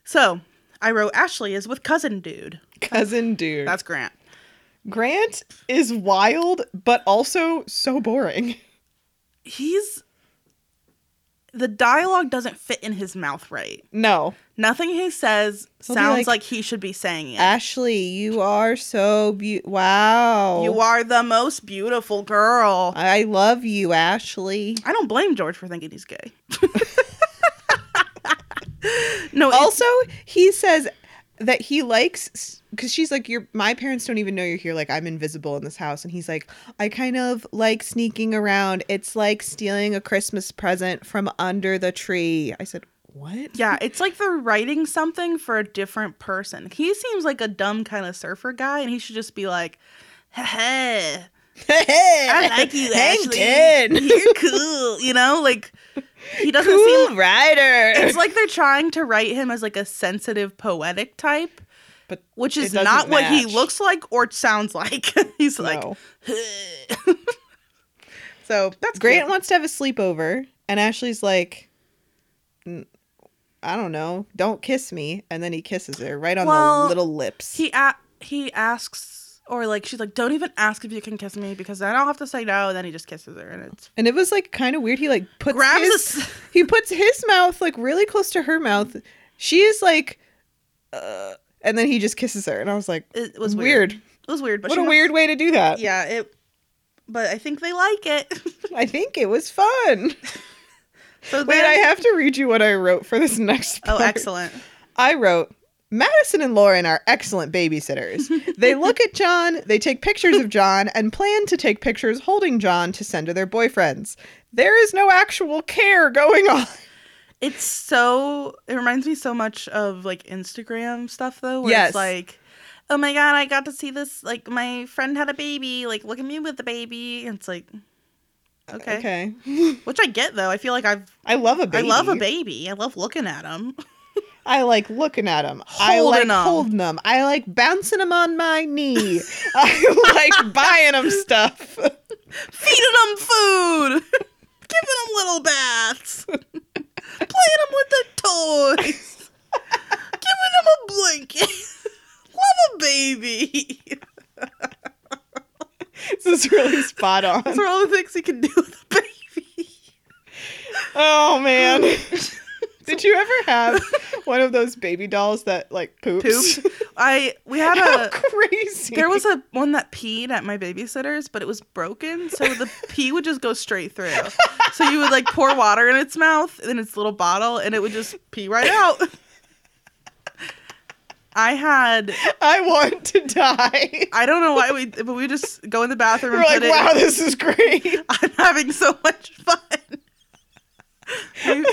Speaker 1: So I wrote Ashley is with cousin dude.
Speaker 2: Cousin dude.
Speaker 1: That's Grant.
Speaker 2: Grant is wild, but also so boring. (laughs)
Speaker 1: He's the dialogue doesn't fit in his mouth right.
Speaker 2: No.
Speaker 1: Nothing he says
Speaker 2: He'll be
Speaker 1: sounds
Speaker 2: like,
Speaker 1: like he should be saying it.
Speaker 2: Ashley, you are so beautiful. Wow.
Speaker 1: You are the most beautiful girl.
Speaker 2: I love you, Ashley.
Speaker 1: I don't blame George for thinking he's gay. (laughs) no, it's-
Speaker 2: Also, he says that he likes because she's like, "Your my parents don't even know you're here. Like I'm invisible in this house." And he's like, "I kind of like sneaking around. It's like stealing a Christmas present from under the tree." I said, "What?"
Speaker 1: yeah, it's like they're writing something for a different person. He seems like a dumb kind of surfer guy, and he should just be like, "Hey, (laughs) I like
Speaker 2: (laughs)
Speaker 1: you, Ashley. (laughs) You're cool." You know, like he doesn't seem.
Speaker 2: Cool rider.
Speaker 1: It's like they're trying to write him as like a sensitive, poetic type,
Speaker 2: But
Speaker 1: which
Speaker 2: it
Speaker 1: is
Speaker 2: doesn't
Speaker 1: not what he
Speaker 2: match.
Speaker 1: looks like or sounds like. (laughs) He's like,
Speaker 2: (laughs) No.
Speaker 1: so that's
Speaker 2: Grant
Speaker 1: cute.
Speaker 2: wants to have a sleepover, and Ashley's like, "N- I don't know, don't kiss me. And then he kisses her right on
Speaker 1: Well,
Speaker 2: the little lips.
Speaker 1: He a- he asks, or like she's like, don't even ask if you can kiss me because I don't have to say no. And then he just kisses her, and it's
Speaker 2: and it was like kind of weird. He like puts
Speaker 1: grabs
Speaker 2: his,
Speaker 1: his-
Speaker 2: he puts his mouth like really close to her mouth. She is like, uh, and then he just kisses her, and I was like,
Speaker 1: It
Speaker 2: was
Speaker 1: was
Speaker 2: weird.
Speaker 1: weird. It was weird. But
Speaker 2: What
Speaker 1: she
Speaker 2: a
Speaker 1: wants-
Speaker 2: weird way to do that.
Speaker 1: Yeah. It. But I think they like it. (laughs)
Speaker 2: I think it was fun.
Speaker 1: so
Speaker 2: Wait,
Speaker 1: then-
Speaker 2: I have to read you what I wrote for this (laughs) next.
Speaker 1: Oh,
Speaker 2: part.
Speaker 1: excellent.
Speaker 2: I wrote, Madison and Lauren are excellent babysitters. they
Speaker 1: (laughs)
Speaker 2: look at John, they take pictures of John, and plan to take pictures holding John to send to their boyfriends. There is no actual care going on.
Speaker 1: It's so. It reminds me so much of like Instagram stuff though. Where
Speaker 2: Yes.
Speaker 1: It's like. Oh my god! I got to see this. Like my friend had a baby. Like look at me with the baby. And it's like, okay, which I get though. I feel like I've
Speaker 2: I love a baby.
Speaker 1: I love a baby. I love looking at them.
Speaker 2: I like looking at them. I like
Speaker 1: Holding 'em.
Speaker 2: holding them. I like bouncing them on
Speaker 1: (laughs)
Speaker 2: my knee. I like buying them stuff.
Speaker 1: feeding them food, (laughs) giving them little (laughs) baths, playing them with the toys, giving them a blanket. (laughs) Love a baby.
Speaker 2: This is really spot
Speaker 1: Those
Speaker 2: on.
Speaker 1: are all the things you can do with a baby.
Speaker 2: Oh
Speaker 1: (laughs)
Speaker 2: man. Did you ever have one of those baby dolls that like poops?
Speaker 1: Pooped. I we had
Speaker 2: How
Speaker 1: (laughs) a
Speaker 2: crazy.
Speaker 1: there was a one that peed at my babysitter's, but it was broken, so the pee would just go straight through. So you would like pour water in its mouth in its little bottle, and it would just pee right (laughs) out. I had
Speaker 2: I want to
Speaker 1: (laughs)
Speaker 2: die.
Speaker 1: I don't know why we, but we just go in the bathroom
Speaker 2: We're
Speaker 1: and
Speaker 2: like,
Speaker 1: put
Speaker 2: wow,
Speaker 1: it.
Speaker 2: this is great.
Speaker 1: (laughs) I'm having so much fun. (laughs) my,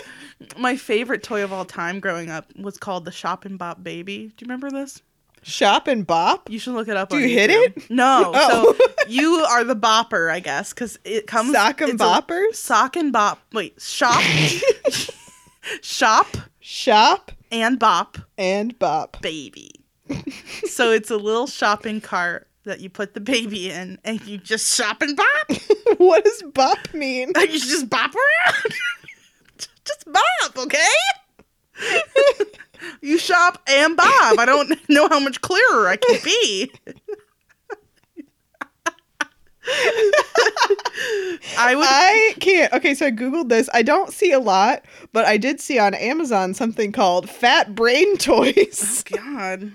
Speaker 1: my favorite toy of all time growing up was called the Shop and Bop Baby. Do you remember this?
Speaker 2: Shop and bop.
Speaker 1: You should look it up.
Speaker 2: Do
Speaker 1: on
Speaker 2: you hit
Speaker 1: YouTube. No.
Speaker 2: (laughs) Oh.
Speaker 1: So you are the bopper, I guess, because it comes
Speaker 2: Sock and
Speaker 1: it's a-
Speaker 2: boppers.
Speaker 1: sock and bop. Wait,
Speaker 2: (laughs)
Speaker 1: shop, shop
Speaker 2: Shop
Speaker 1: and bop
Speaker 2: and bop. (laughs)
Speaker 1: baby. so it's a little shopping cart that you put the baby in, and you just shop and bop.
Speaker 2: what does bop mean?
Speaker 1: And (laughs) you just bop around. (laughs) just bop, okay? you shop and bob. I don't (laughs) know how much clearer I can be. (laughs) I would.
Speaker 2: I can't. Okay, so I googled this. I don't see a lot, but I did see on Amazon something called Fat Brain (laughs) Toys.
Speaker 1: God,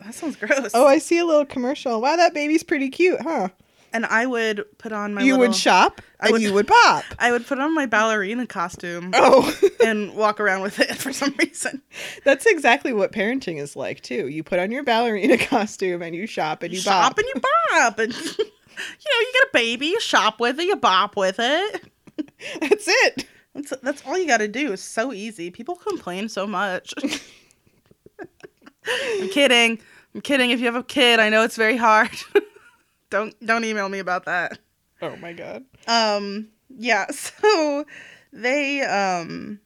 Speaker 1: that sounds gross.
Speaker 2: Oh, I see a little commercial. Wow, that baby's pretty cute, huh?
Speaker 1: and I would put on my.
Speaker 2: you
Speaker 1: little,
Speaker 2: would shop
Speaker 1: I
Speaker 2: and
Speaker 1: would-
Speaker 2: you would
Speaker 1: (laughs)
Speaker 2: pop.
Speaker 1: I would put on my ballerina
Speaker 2: (laughs)
Speaker 1: costume
Speaker 2: Oh,
Speaker 1: and walk around with it for some reason.
Speaker 2: that's exactly what parenting is like too. You put on your ballerina (laughs) costume and you shop and you
Speaker 1: shop
Speaker 2: bop.
Speaker 1: and you bop, and (laughs) you know you get a baby, you shop with it, you bop with it.
Speaker 2: (laughs) That's it.
Speaker 1: That's that's all you got to do. It's so easy. People complain so much. (laughs) I'm kidding. I'm kidding. If you have a kid, I know it's very hard. (laughs) don't don't email me about that.
Speaker 2: Oh my god.
Speaker 1: Um yeah, (laughs) so they um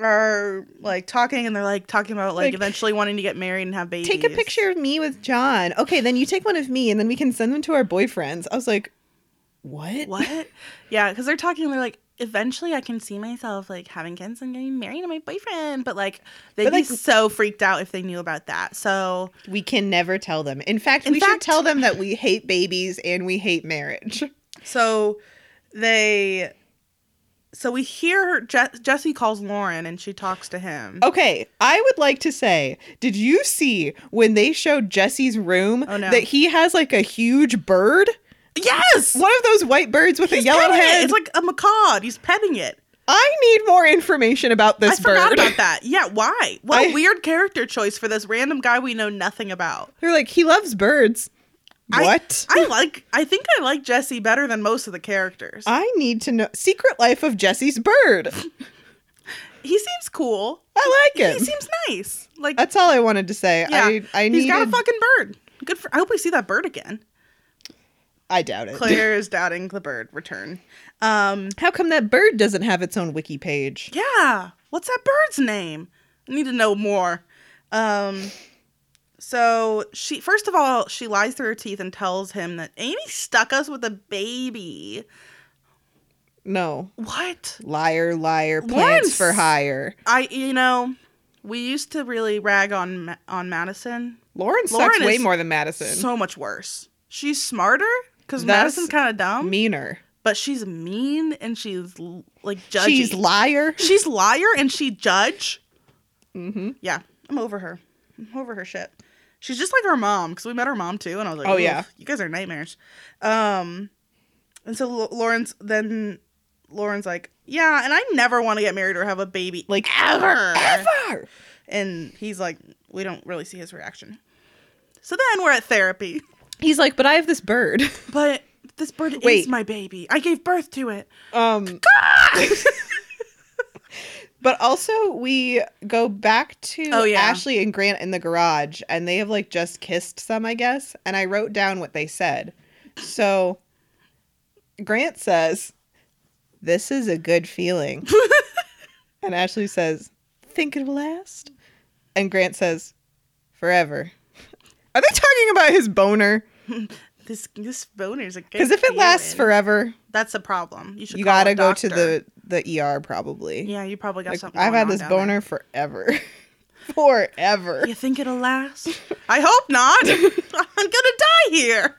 Speaker 1: are like talking and they're like talking about like,
Speaker 2: Like,
Speaker 1: eventually wanting to get married and have babies.
Speaker 2: Take a picture of me with John. Okay, then you take one of me and then we can send them to our boyfriends. I was like, what?
Speaker 1: What? yeah, because they're talking and they're like, eventually I can see myself like having kids and getting married to my boyfriend. But like they'd
Speaker 2: But,
Speaker 1: be
Speaker 2: like-
Speaker 1: so freaked out if they knew about that. So
Speaker 2: We can never tell them. In fact,
Speaker 1: In
Speaker 2: we should
Speaker 1: fact-
Speaker 2: tell them that we hate babies and we hate marriage.
Speaker 1: So they. So we hear Je- Jesse calls Lauren and she talks to him.
Speaker 2: Okay, I would like to say, did you see when they showed Jesse's room
Speaker 1: Oh, no.
Speaker 2: that he has like a huge bird?
Speaker 1: yes!
Speaker 2: One of those white birds with a yellow
Speaker 1: petting
Speaker 2: head.
Speaker 1: It. It's like a macaw. He's petting it.
Speaker 2: I need more information about this
Speaker 1: I forgot
Speaker 2: bird.
Speaker 1: about that. Yeah, why? What a
Speaker 2: I-
Speaker 1: weird character choice for this random guy we know nothing about.
Speaker 2: (laughs) They're like, he loves birds.
Speaker 1: I-
Speaker 2: what?
Speaker 1: I like. I think I like Jesse better than most of the characters.
Speaker 2: I need to know Secret Life of Jesse's Bird.
Speaker 1: he seems cool.
Speaker 2: I like
Speaker 1: He
Speaker 2: him.
Speaker 1: seems nice. Like
Speaker 2: That's all I wanted to say.
Speaker 1: yeah,
Speaker 2: I I
Speaker 1: he's
Speaker 2: needed,
Speaker 1: got a fucking bird. Good for. I hope we see that bird again.
Speaker 2: (laughs) I doubt it.
Speaker 1: Claire is doubting the bird return. Um.
Speaker 2: How come that bird doesn't have its own wiki page?
Speaker 1: Yeah. What's that bird's name? I need to know more. Um so she first of all, she lies through her teeth and tells him that Amy stuck us with a baby.
Speaker 2: No.
Speaker 1: What?
Speaker 2: Liar, liar, plants
Speaker 1: Once.
Speaker 2: for hire.
Speaker 1: I you know, we used to really rag on Ma- on Madison.
Speaker 2: Lauren sucks
Speaker 1: Lauren
Speaker 2: way
Speaker 1: is
Speaker 2: more than Madison.
Speaker 1: So much worse. She's smarter cuz
Speaker 2: That's
Speaker 1: Madison's kind of dumb,
Speaker 2: Meaner.
Speaker 1: but she's mean and she's l- like judgy.
Speaker 2: She's liar.
Speaker 1: she's liar and she judge.
Speaker 2: Mm-hmm.
Speaker 1: Yeah, I'm over her. I'm over her shit. She's just like our mom because we met her mom too, and I was like,
Speaker 2: Oh,
Speaker 1: "Oof,
Speaker 2: yeah.
Speaker 1: you guys are nightmares." Um, and so L- Lauren's then Lauren's like, "Yeah," and I never want to get married or have a baby,
Speaker 2: Like,
Speaker 1: ever.
Speaker 2: Ever.
Speaker 1: And he's like, "We don't really see his reaction." So then we're at therapy,
Speaker 2: He's like, but I have this bird.
Speaker 1: but this bird
Speaker 2: Wait.
Speaker 1: is my baby. I gave birth to it. (laughs)
Speaker 2: Um, but also, we go back to
Speaker 1: Oh, yeah.
Speaker 2: Ashley and Grant in the garage, and they have like just kissed some, I guess. And I wrote down what they said. So Grant says, This is a
Speaker 1: (laughs)
Speaker 2: good feeling. and Ashley says, Think it'll last? And Grant says, Forever. Are they talking about his boner?
Speaker 1: This this boner's a good.
Speaker 2: Because if it lasts
Speaker 1: feeling.
Speaker 2: forever,
Speaker 1: that's a problem. You should.
Speaker 2: you
Speaker 1: call a
Speaker 2: gotta go to
Speaker 1: doctor.
Speaker 2: the the ER probably.
Speaker 1: Yeah, you probably got
Speaker 2: Like,
Speaker 1: something.
Speaker 2: I've
Speaker 1: going
Speaker 2: had
Speaker 1: on
Speaker 2: this
Speaker 1: down there.
Speaker 2: boner forever. (laughs) forever.
Speaker 1: You think it'll
Speaker 2: (laughs)
Speaker 1: last? I hope not. I'm gonna die here.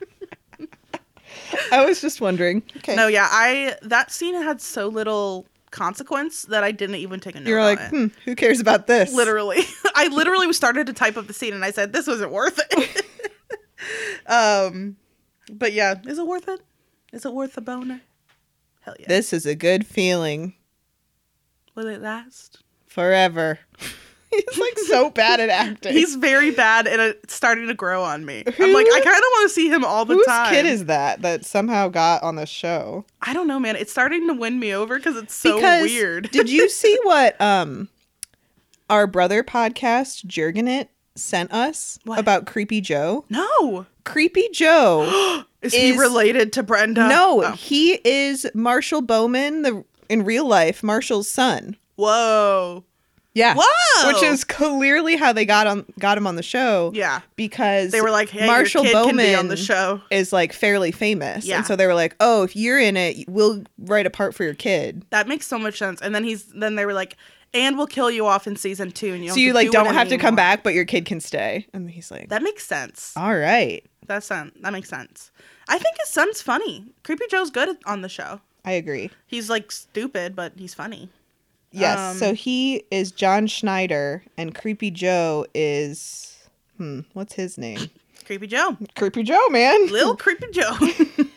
Speaker 2: I was just wondering. Okay.
Speaker 1: No, yeah, I that scene had so little consequence that I didn't even take a note.
Speaker 2: You're like,
Speaker 1: on it.
Speaker 2: hmm, who cares about this?
Speaker 1: literally, (laughs) I literally started to type up the scene and I said this wasn't worth it. (laughs) um, but yeah, is it worth it? Is it worth a boner? Hell yeah.
Speaker 2: This is a good feeling.
Speaker 1: Will it last?
Speaker 2: Forever. (laughs) He's like
Speaker 1: (laughs)
Speaker 2: so bad at acting.
Speaker 1: He's very bad and it's starting to grow on me. I'm
Speaker 2: Who-
Speaker 1: like, I kind of want to see him all the
Speaker 2: Whose
Speaker 1: time.
Speaker 2: kid is that that somehow got on the show?
Speaker 1: I don't know, man. It's starting to win me over because it's so weird. (laughs)
Speaker 2: did you see what um our brother podcast Jurgenit sent us
Speaker 1: What?
Speaker 2: about Creepy Joe? (gasps)
Speaker 1: no.
Speaker 2: Creepy
Speaker 1: (gasps)
Speaker 2: Joe (gasps)
Speaker 1: is, he
Speaker 2: is-
Speaker 1: related to Brenda?
Speaker 2: No,
Speaker 1: Oh.
Speaker 2: he is Marshall Bowman, the in real life Marshall's son.
Speaker 1: Whoa.
Speaker 2: Yeah,
Speaker 1: Whoa.
Speaker 2: which is clearly how they got on got him on the show.
Speaker 1: yeah.
Speaker 2: because
Speaker 1: They were like, hey,
Speaker 2: Marshall
Speaker 1: your kid can be on
Speaker 2: Bowman
Speaker 1: the show.
Speaker 2: is like fairly famous,
Speaker 1: Yeah.
Speaker 2: and so they were like, oh, if you're in it, we'll write a part for your kid.
Speaker 1: That makes so much sense. And then he's then they were like, and we'll kill you off in season two, and you don't
Speaker 2: So
Speaker 1: have
Speaker 2: you
Speaker 1: to
Speaker 2: like
Speaker 1: do
Speaker 2: don't
Speaker 1: it
Speaker 2: have to come
Speaker 1: anymore."
Speaker 2: back, but your kid can stay. And he's like,
Speaker 1: That makes sense.
Speaker 2: all right,
Speaker 1: That son, that makes sense. I think his son's funny. Creepy Joe's good on the show.
Speaker 2: I agree.
Speaker 1: He's like stupid, but he's funny.
Speaker 2: Yes.
Speaker 1: Um,
Speaker 2: so he is John Schneider, and Creepy Joe is hmm, what's his name?
Speaker 1: Creepy Joe,
Speaker 2: Creepy Joe, man. (laughs)
Speaker 1: Lil Creepy Joe. (laughs)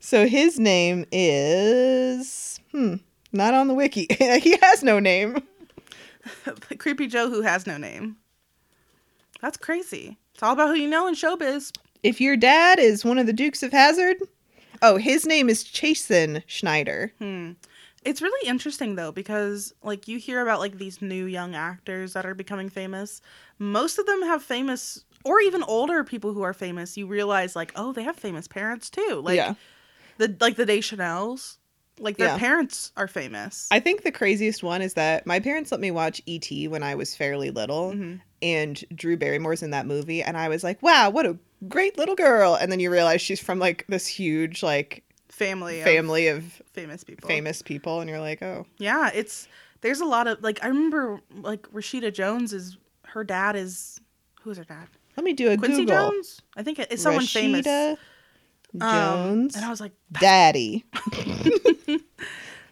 Speaker 2: So his name is hmm, not on the wiki. (laughs) he has no name.
Speaker 1: Creepy Joe who has no name. That's crazy. It's all about who you know in showbiz.
Speaker 2: If your dad is one of the Dukes of Hazard, oh, his name is Chasen Schneider.
Speaker 1: Hmm. It's really interesting though because like you hear about like these new young actors that are becoming famous. Most of them have famous or even older people who are famous. You realize like oh they have famous parents too. Like
Speaker 2: yeah.
Speaker 1: the like the Deschanel's. Like their
Speaker 2: Yeah.
Speaker 1: parents are famous.
Speaker 2: I think the craziest one is that my parents let me watch E.T. when I was fairly little,
Speaker 1: Mhm.
Speaker 2: and Drew Barrymore's in that movie, and I was like, wow, what a great little girl. And then you realize she's from like this huge like
Speaker 1: Family. of
Speaker 2: family of
Speaker 1: famous people.
Speaker 2: famous people, and you're like, oh,
Speaker 1: Yeah, it's there's a lot of like I remember like Rashida Jones is her dad is who's her dad?
Speaker 2: let me do a
Speaker 1: Quincy
Speaker 2: Uh, Google.
Speaker 1: Jones? I think it- it's someone famous.
Speaker 2: Rashida
Speaker 1: Um,
Speaker 2: Jones,
Speaker 1: and I was like,
Speaker 2: daddy.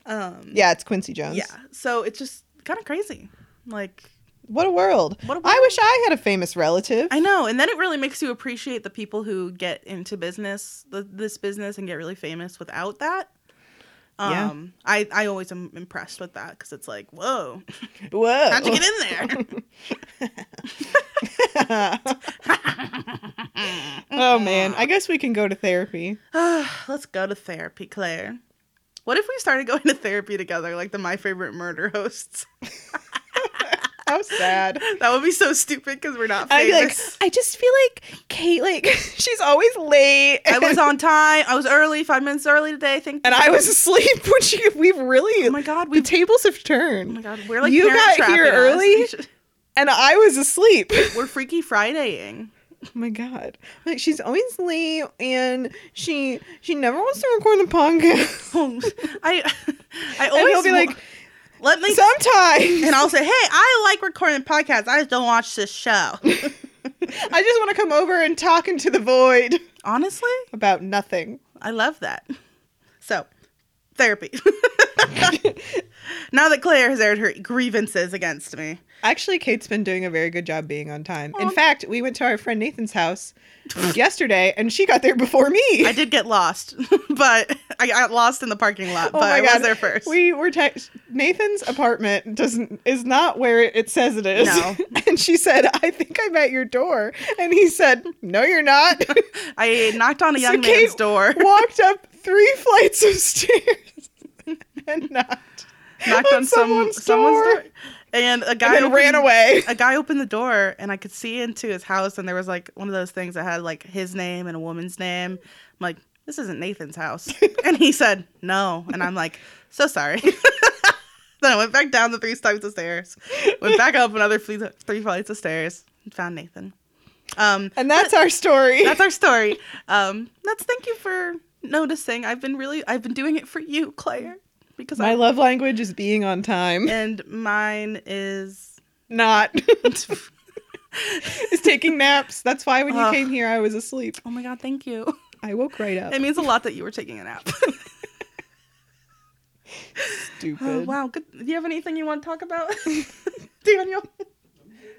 Speaker 1: um,
Speaker 2: Yeah, it's Quincy Jones.
Speaker 1: yeah. So it's just kind of crazy. Like
Speaker 2: What a world.
Speaker 1: What a
Speaker 2: I
Speaker 1: world.
Speaker 2: wish I had a famous relative.
Speaker 1: I know, and then it really makes you appreciate the people who get into business, the, this business, and get really famous without that.
Speaker 2: Yeah.
Speaker 1: Um, I I always am impressed with that because it's like,
Speaker 2: (laughs)
Speaker 1: whoa,
Speaker 2: Whoa.
Speaker 1: how'd you get in there?
Speaker 2: (laughs) oh man, I guess we can go to therapy.
Speaker 1: (sighs) Let's go to therapy, Claire. What if we started going to therapy together, like the My Favorite Murder hosts? (laughs)
Speaker 2: How sad.
Speaker 1: That would be so stupid because we're not
Speaker 2: I'd be like,
Speaker 1: famous.
Speaker 2: I just feel like Kate, like (laughs) she's always late.
Speaker 1: I was on time. I was early, five minutes early today. Thank
Speaker 2: (laughs) and
Speaker 1: you.
Speaker 2: I was asleep when she. We really.
Speaker 1: Oh my god, we.
Speaker 2: the tables have
Speaker 1: oh
Speaker 2: turned,
Speaker 1: my god, we're like
Speaker 2: You
Speaker 1: parent
Speaker 2: got here
Speaker 1: trapping us.
Speaker 2: early?
Speaker 1: We should-
Speaker 2: and I was asleep. (laughs) oh
Speaker 1: We're Freaky
Speaker 2: (laughs)
Speaker 1: Fridaying.
Speaker 2: my god! Like she's always late, and she she never wants to record the podcast.
Speaker 1: I, I
Speaker 2: And
Speaker 1: always
Speaker 2: he'll be
Speaker 1: wa-
Speaker 2: like,
Speaker 1: let me.
Speaker 2: sometimes.
Speaker 1: and I'll say, hey, I like recording podcasts. I just don't watch this
Speaker 2: (laughs)
Speaker 1: show.
Speaker 2: I just want to come over and talk into the void
Speaker 1: Honestly,
Speaker 2: about nothing.
Speaker 1: I love that. So, therapy. (laughs) now that Claire has aired her grievances against me,
Speaker 2: Actually, Kate's been doing a very good job being on time. In
Speaker 1: Aw.
Speaker 2: fact, we went to our friend Nathan's house yesterday, and she got there before me.
Speaker 1: I did get lost, (laughs) but I got lost in the parking lot. but I was there first.
Speaker 2: Oh We were text Nathan's apartment doesn't is not where it says it is.
Speaker 1: No.
Speaker 2: (laughs) and she said, "I think I'm at your door," and he said, "No, you're
Speaker 1: (laughs)
Speaker 2: not."
Speaker 1: I knocked on a
Speaker 2: So
Speaker 1: young
Speaker 2: Kate-
Speaker 1: man's
Speaker 2: (laughs)
Speaker 1: door.
Speaker 2: Walked up three flights of stairs (laughs) and knocked,
Speaker 1: knocked on some
Speaker 2: someone's
Speaker 1: someone's
Speaker 2: door.
Speaker 1: door, and a guy
Speaker 2: and then
Speaker 1: opened-
Speaker 2: ran away.
Speaker 1: A guy opened the door, and I could see into his house, and there was like one of those things that had like his name and a woman's name. I'm like, this isn't Nathan's house, and he said no, and I'm like, so sorry. (laughs) then I went back down the three steps of stairs, went back up another three, three flights of stairs, and found Nathan. Um,
Speaker 2: And that's our story.
Speaker 1: that's our story. Um, that's thank you for noticing. I've been really, I've been doing it for you, Claire, because
Speaker 2: My
Speaker 1: I
Speaker 2: love language is being on time.
Speaker 1: and mine is
Speaker 2: Not is taking naps. That's why when you
Speaker 1: Ugh.
Speaker 2: came here, I was asleep.
Speaker 1: oh my god thank you (laughs)
Speaker 2: I woke right up.
Speaker 1: it means a lot that you were taking a nap (laughs)
Speaker 2: Stupid.
Speaker 1: oh, wow good do you have anything you want to talk about (laughs)
Speaker 2: (laughs)
Speaker 1: daniel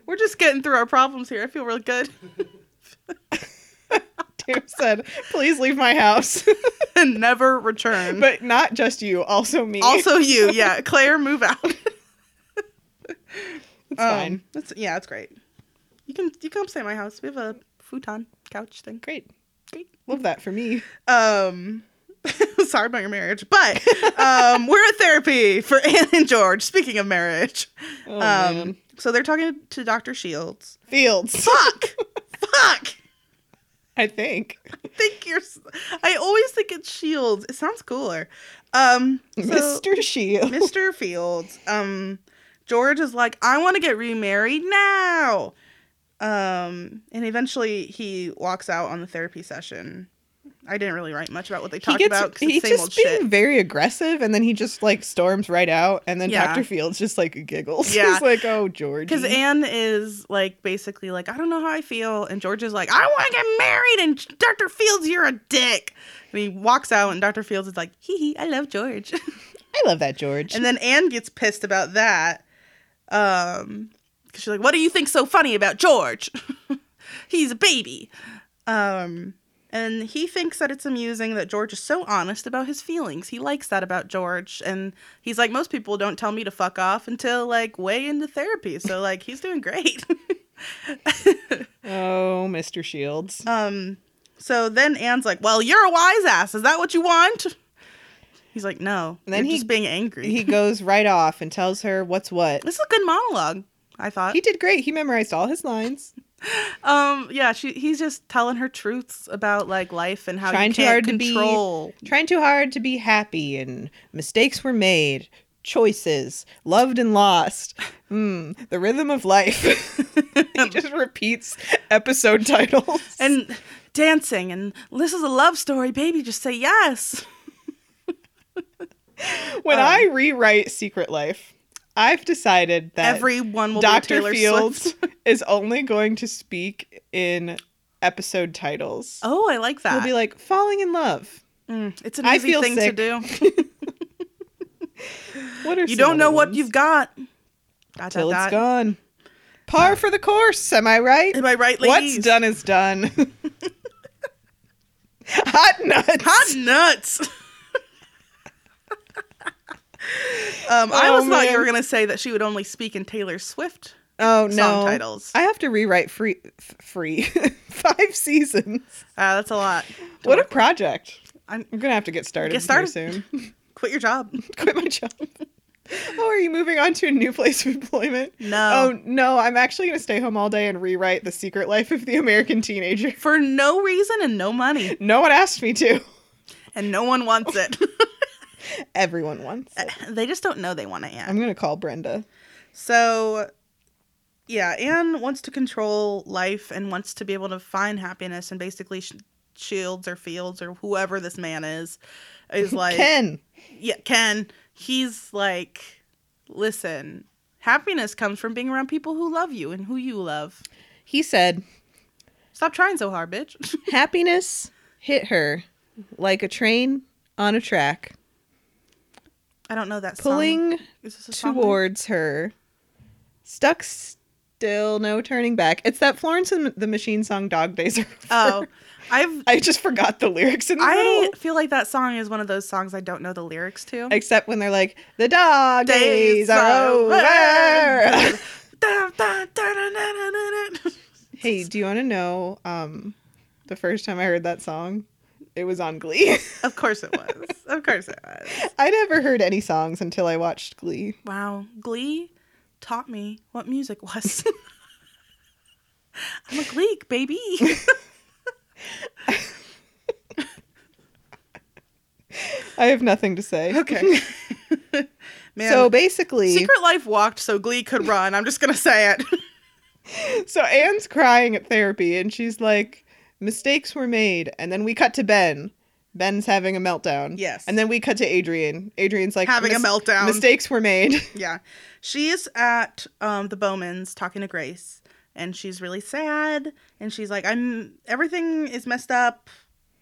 Speaker 1: we're just getting through our problems here i feel real good (laughs)
Speaker 2: Tim said, "Please leave my house," (laughs)
Speaker 1: and never return
Speaker 2: but not just you, also me.
Speaker 1: also you yeah claire move out (laughs) it's um,
Speaker 2: it's fine.
Speaker 1: that's, yeah it's great you can you can come stay at my house we have a futon couch thing
Speaker 2: Great.
Speaker 1: great
Speaker 2: Love that for me.
Speaker 1: um (laughs) sorry about your marriage but um we're at therapy for (laughs) anne and george speaking of marriage
Speaker 2: Oh,
Speaker 1: um
Speaker 2: man.
Speaker 1: so they're talking to dr shields
Speaker 2: Fields,
Speaker 1: fuck fuck
Speaker 2: (laughs) I think.
Speaker 1: I think you're s- i always think it's shields it sounds cooler um (laughs) so
Speaker 2: Mr. Shields.
Speaker 1: mr fields um george is like i want to get remarried now um and eventually he walks out on the therapy session I didn't really write much about what they
Speaker 2: He
Speaker 1: talked
Speaker 2: gets
Speaker 1: about. 'cause it's
Speaker 2: he's
Speaker 1: same
Speaker 2: just
Speaker 1: old
Speaker 2: being
Speaker 1: shit.
Speaker 2: very aggressive, and then he just like storms right out, and then
Speaker 1: Yeah.
Speaker 2: Doctor Fields just like giggles. (laughs)
Speaker 1: Yeah.
Speaker 2: he's like, "Oh, George."
Speaker 1: Because Anne is like basically like, I don't know how I feel. And George is like, I want to get married. And Dr. Fields, you're a dick. And he walks out, and Dr. Fields is like, hee hee, I love George. (laughs)
Speaker 2: I love that George.
Speaker 1: and then Anne gets pissed about that. Um, because she's like, what do you think's so funny about George? (laughs) He's a baby. Um, and he thinks that it's amusing that George is so honest about his feelings. He likes that about George. And he's like, most people don't tell me to fuck off until like way into therapy. So like, he's doing great. (laughs)
Speaker 2: oh, Mr. Shields.
Speaker 1: Um, so then Anne's like, "Well, you're a wise ass. Is that what you want?" (laughs) He's like, "No."
Speaker 2: And then
Speaker 1: you're
Speaker 2: he-
Speaker 1: just being angry.
Speaker 2: he goes right off and tells her what's what.
Speaker 1: (laughs) this is a good monologue, I thought.
Speaker 2: He did great. He memorized all his lines.
Speaker 1: um, yeah, she he's just telling her truths about like life and how
Speaker 2: Trying
Speaker 1: you
Speaker 2: too
Speaker 1: can't
Speaker 2: hard to be-
Speaker 1: control.
Speaker 2: Trying too hard to be happy, and mistakes were made, choices, loved and lost. Hmm, the rhythm of life. (laughs) he just repeats episode titles.
Speaker 1: and dancing and this is a love story, baby. Just say yes.
Speaker 2: when
Speaker 1: um,
Speaker 2: I rewrite Secret Life, I've decided that
Speaker 1: Everyone will be
Speaker 2: Dr.
Speaker 1: Taylor (laughs)
Speaker 2: Fields
Speaker 1: Swift.
Speaker 2: is only going to speak in episode titles.
Speaker 1: Oh, I like
Speaker 2: He'll
Speaker 1: that.
Speaker 2: be like, falling in love.
Speaker 1: Mm, it's an
Speaker 2: I
Speaker 1: easy
Speaker 2: feel
Speaker 1: thing
Speaker 2: sick. (laughs)
Speaker 1: to do.
Speaker 2: What are
Speaker 1: You don't know what you've got. Dot,
Speaker 2: till
Speaker 1: dot,
Speaker 2: it's
Speaker 1: dot.
Speaker 2: gone. Par for the course, am I right?
Speaker 1: Am I right, ladies?
Speaker 2: What's done is done. (laughs) Hot nuts.
Speaker 1: Hot nuts. (laughs) um, I
Speaker 2: Oh,
Speaker 1: always thought you
Speaker 2: man.
Speaker 1: were gonna say that she would only speak in Taylor Swift
Speaker 2: Oh no.
Speaker 1: song titles.
Speaker 2: I have to rewrite free, f- free (laughs) five seasons.
Speaker 1: Uh, that's a lot. to
Speaker 2: What a
Speaker 1: work with.
Speaker 2: project!
Speaker 1: I'm-
Speaker 2: I'm gonna have to get started.
Speaker 1: Get
Speaker 2: Get
Speaker 1: started.
Speaker 2: started soon. (laughs)
Speaker 1: quit your job.
Speaker 2: Quit my job. (laughs) oh, are you moving on to a new place of employment?
Speaker 1: No,
Speaker 2: Oh no, I'm actually gonna stay home all day and rewrite the secret life of the American teenager. (laughs)
Speaker 1: for no reason and no money,
Speaker 2: No one asked me to.
Speaker 1: and no one wants (laughs) it.
Speaker 2: Everyone wants. it.
Speaker 1: they just don't know they want to Anne.
Speaker 2: I'm gonna call Brenda.
Speaker 1: So, yeah, Anne wants to control life and wants to be able to find happiness, and basically, sh- Shields or Fields or whoever this man is is (laughs) like
Speaker 2: Ken.
Speaker 1: yeah, Ken, he's like, listen, happiness comes from being around people who love you and who you love.
Speaker 2: He said,
Speaker 1: Stop trying so hard, bitch. (laughs)
Speaker 2: "Happiness hit her like a train on a track,
Speaker 1: I don't know that song.
Speaker 2: pulling
Speaker 1: Is this a song name?
Speaker 2: towards her, stuck." Still no turning back. It's that Florence and the Machine song "Dog Days Are." Over."
Speaker 1: Oh, I've
Speaker 2: (laughs) I just forgot the lyrics in the
Speaker 1: I
Speaker 2: middle.
Speaker 1: feel like that song is one of those songs I don't know the lyrics to.
Speaker 2: Except when they're like, the dog days, are over.
Speaker 1: Da, da, da, da, da, da, da.
Speaker 2: (laughs) hey, do you want to know um, the first time I heard that song? It was on Glee.
Speaker 1: (laughs)
Speaker 2: (laughs)
Speaker 1: Of course it was. Of course it was.
Speaker 2: I never heard any songs until I watched Glee.
Speaker 1: Wow, Glee taught me what music was. (laughs) I'm a Gleek,
Speaker 2: (laughs)
Speaker 1: baby.
Speaker 2: I have nothing to say.
Speaker 1: (laughs) Man,
Speaker 2: (laughs) So basically,
Speaker 1: Secret Life walked so Glee could run. I'm just gonna say it.
Speaker 2: so Anne's crying at therapy and she's like, mistakes were made. And then we cut to Ben. Ben's having a meltdown.
Speaker 1: Yes.
Speaker 2: And then we cut to Adrian. Adrian's like,
Speaker 1: Having a
Speaker 2: "Mis-
Speaker 1: meltdown."
Speaker 2: Mistakes
Speaker 1: (laughs)
Speaker 2: were made.
Speaker 1: yeah, she's at um, the Bowmans talking to Grace, and she's really sad. And she's like, "I'm everything is messed up.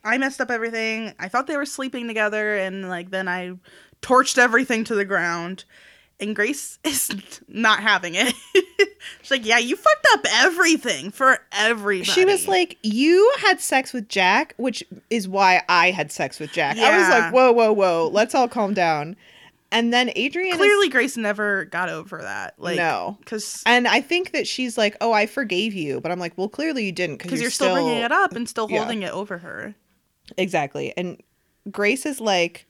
Speaker 1: I messed up everything. I thought they were sleeping together, and like then I torched everything to the ground." And Grace (laughs) is not having it. (laughs) she's like, "Yeah, you fucked up everything for everybody."
Speaker 2: She was like, You had sex with Jack, which is why I had sex with Jack. I was
Speaker 1: Yeah.
Speaker 2: like, Whoa, whoa, whoa, let's all calm down. And then Adrian is-
Speaker 1: "Clearly, Grace never got over that." Like,
Speaker 2: No.
Speaker 1: because
Speaker 2: and I think that she's like, Oh, I forgave you. But I'm like, Well, clearly you didn't because
Speaker 1: because you're, still, bringing it up and still
Speaker 2: Yeah.
Speaker 1: holding it over her.
Speaker 2: Exactly. And Grace is like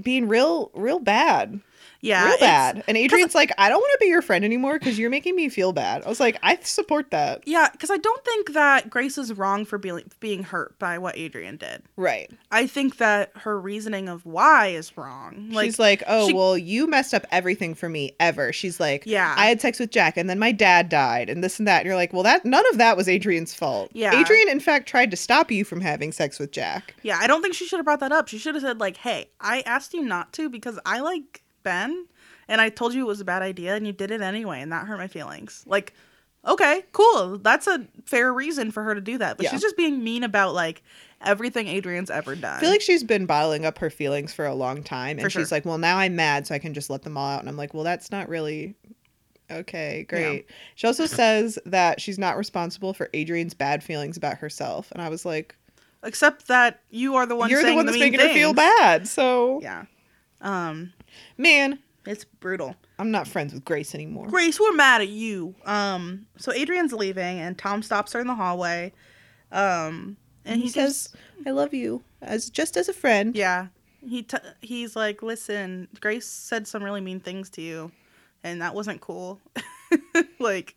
Speaker 2: being real, real bad.
Speaker 1: Yeah.
Speaker 2: Real
Speaker 1: it's-
Speaker 2: bad.
Speaker 1: (laughs)
Speaker 2: And Adrian's like, I don't want to be your friend anymore because you're making me feel bad. I was like, I support that.
Speaker 1: Yeah, because I don't think that Grace is wrong for being being hurt by what Adrian did.
Speaker 2: Right.
Speaker 1: I think that her reasoning of why is wrong. Like,
Speaker 2: She's like, oh,
Speaker 1: she-
Speaker 2: well, you messed up everything for me ever. She's like,
Speaker 1: Yeah.
Speaker 2: I had sex with Jack and then my dad died and this and that. And you're like, well, that none of that was Adrian's fault.
Speaker 1: Yeah.
Speaker 2: Adrian, in fact, tried to stop you from having sex with Jack.
Speaker 1: yeah, I don't think she should have brought that up. She should have said like, "Hey, I asked you not to because I like Ben, and I told you it was a bad idea, and you did it anyway, and that hurt my feelings." Like, okay, cool, that's a fair reason for her to do that, but
Speaker 2: Yeah.
Speaker 1: she's just being mean about like everything Adrian's ever done.
Speaker 2: I feel like she's been bottling up her feelings for a long time. And
Speaker 1: For
Speaker 2: she's
Speaker 1: sure.
Speaker 2: like, well, now I'm mad, so I can just let them all out. And I'm like, well, that's not really. Okay, great. She
Speaker 1: (laughs)
Speaker 2: also says that she's not responsible for Adrian's bad feelings about herself. And I was like,
Speaker 1: except that you are the one.
Speaker 2: you're the
Speaker 1: saying
Speaker 2: one that's
Speaker 1: mean
Speaker 2: making her feel
Speaker 1: things.
Speaker 2: bad. So,
Speaker 1: Yeah, um,
Speaker 2: man,
Speaker 1: it's brutal.
Speaker 2: I'm not friends with Grace anymore.
Speaker 1: Grace, we're mad at you. Um, so Adrian's leaving, and Tom stops her in the hallway. Um, and he, says,
Speaker 2: "I love you as just as a friend."
Speaker 1: "Yeah." He t- he's like, "Listen, Grace said some really mean things to you, and that wasn't cool. (laughs) like,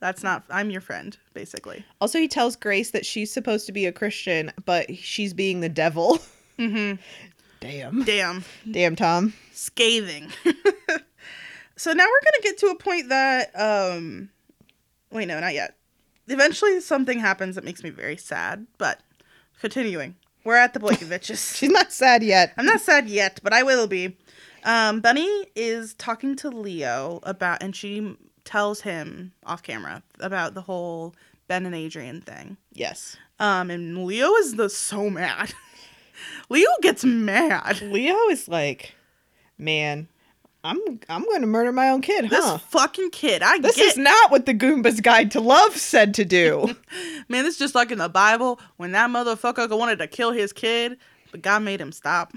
Speaker 1: that's not. I'm your friend, basically."
Speaker 2: Also, he tells Grace that she's supposed to be a Christian, but she's being the devil.
Speaker 1: Mm-hmm.
Speaker 2: Damn.
Speaker 1: Damn.
Speaker 2: (laughs) Damn, Tom.
Speaker 1: scathing. (laughs) so now we're gonna get to a point that um wait no, not yet. Eventually something happens that makes me very sad, but continuing. We're at the
Speaker 2: (laughs)
Speaker 1: Blakoviches.
Speaker 2: She's not sad yet.
Speaker 1: I'm not sad yet, but I will be. Um, Bunny is talking to Leo about, and she tells him off camera about the whole Ben and Adrian thing.
Speaker 2: Yes.
Speaker 1: Um, and Leo is the so mad. (laughs) Leo gets mad.
Speaker 2: Leo is like, man, I'm I'm going to murder my own kid,
Speaker 1: This
Speaker 2: huh?
Speaker 1: fucking kid, I
Speaker 2: This
Speaker 1: get
Speaker 2: is not what the Goomba's Guide to Love said to (laughs) do.
Speaker 1: Man, it's just like in the Bible when that motherfucker wanted to kill his kid, but God made him stop.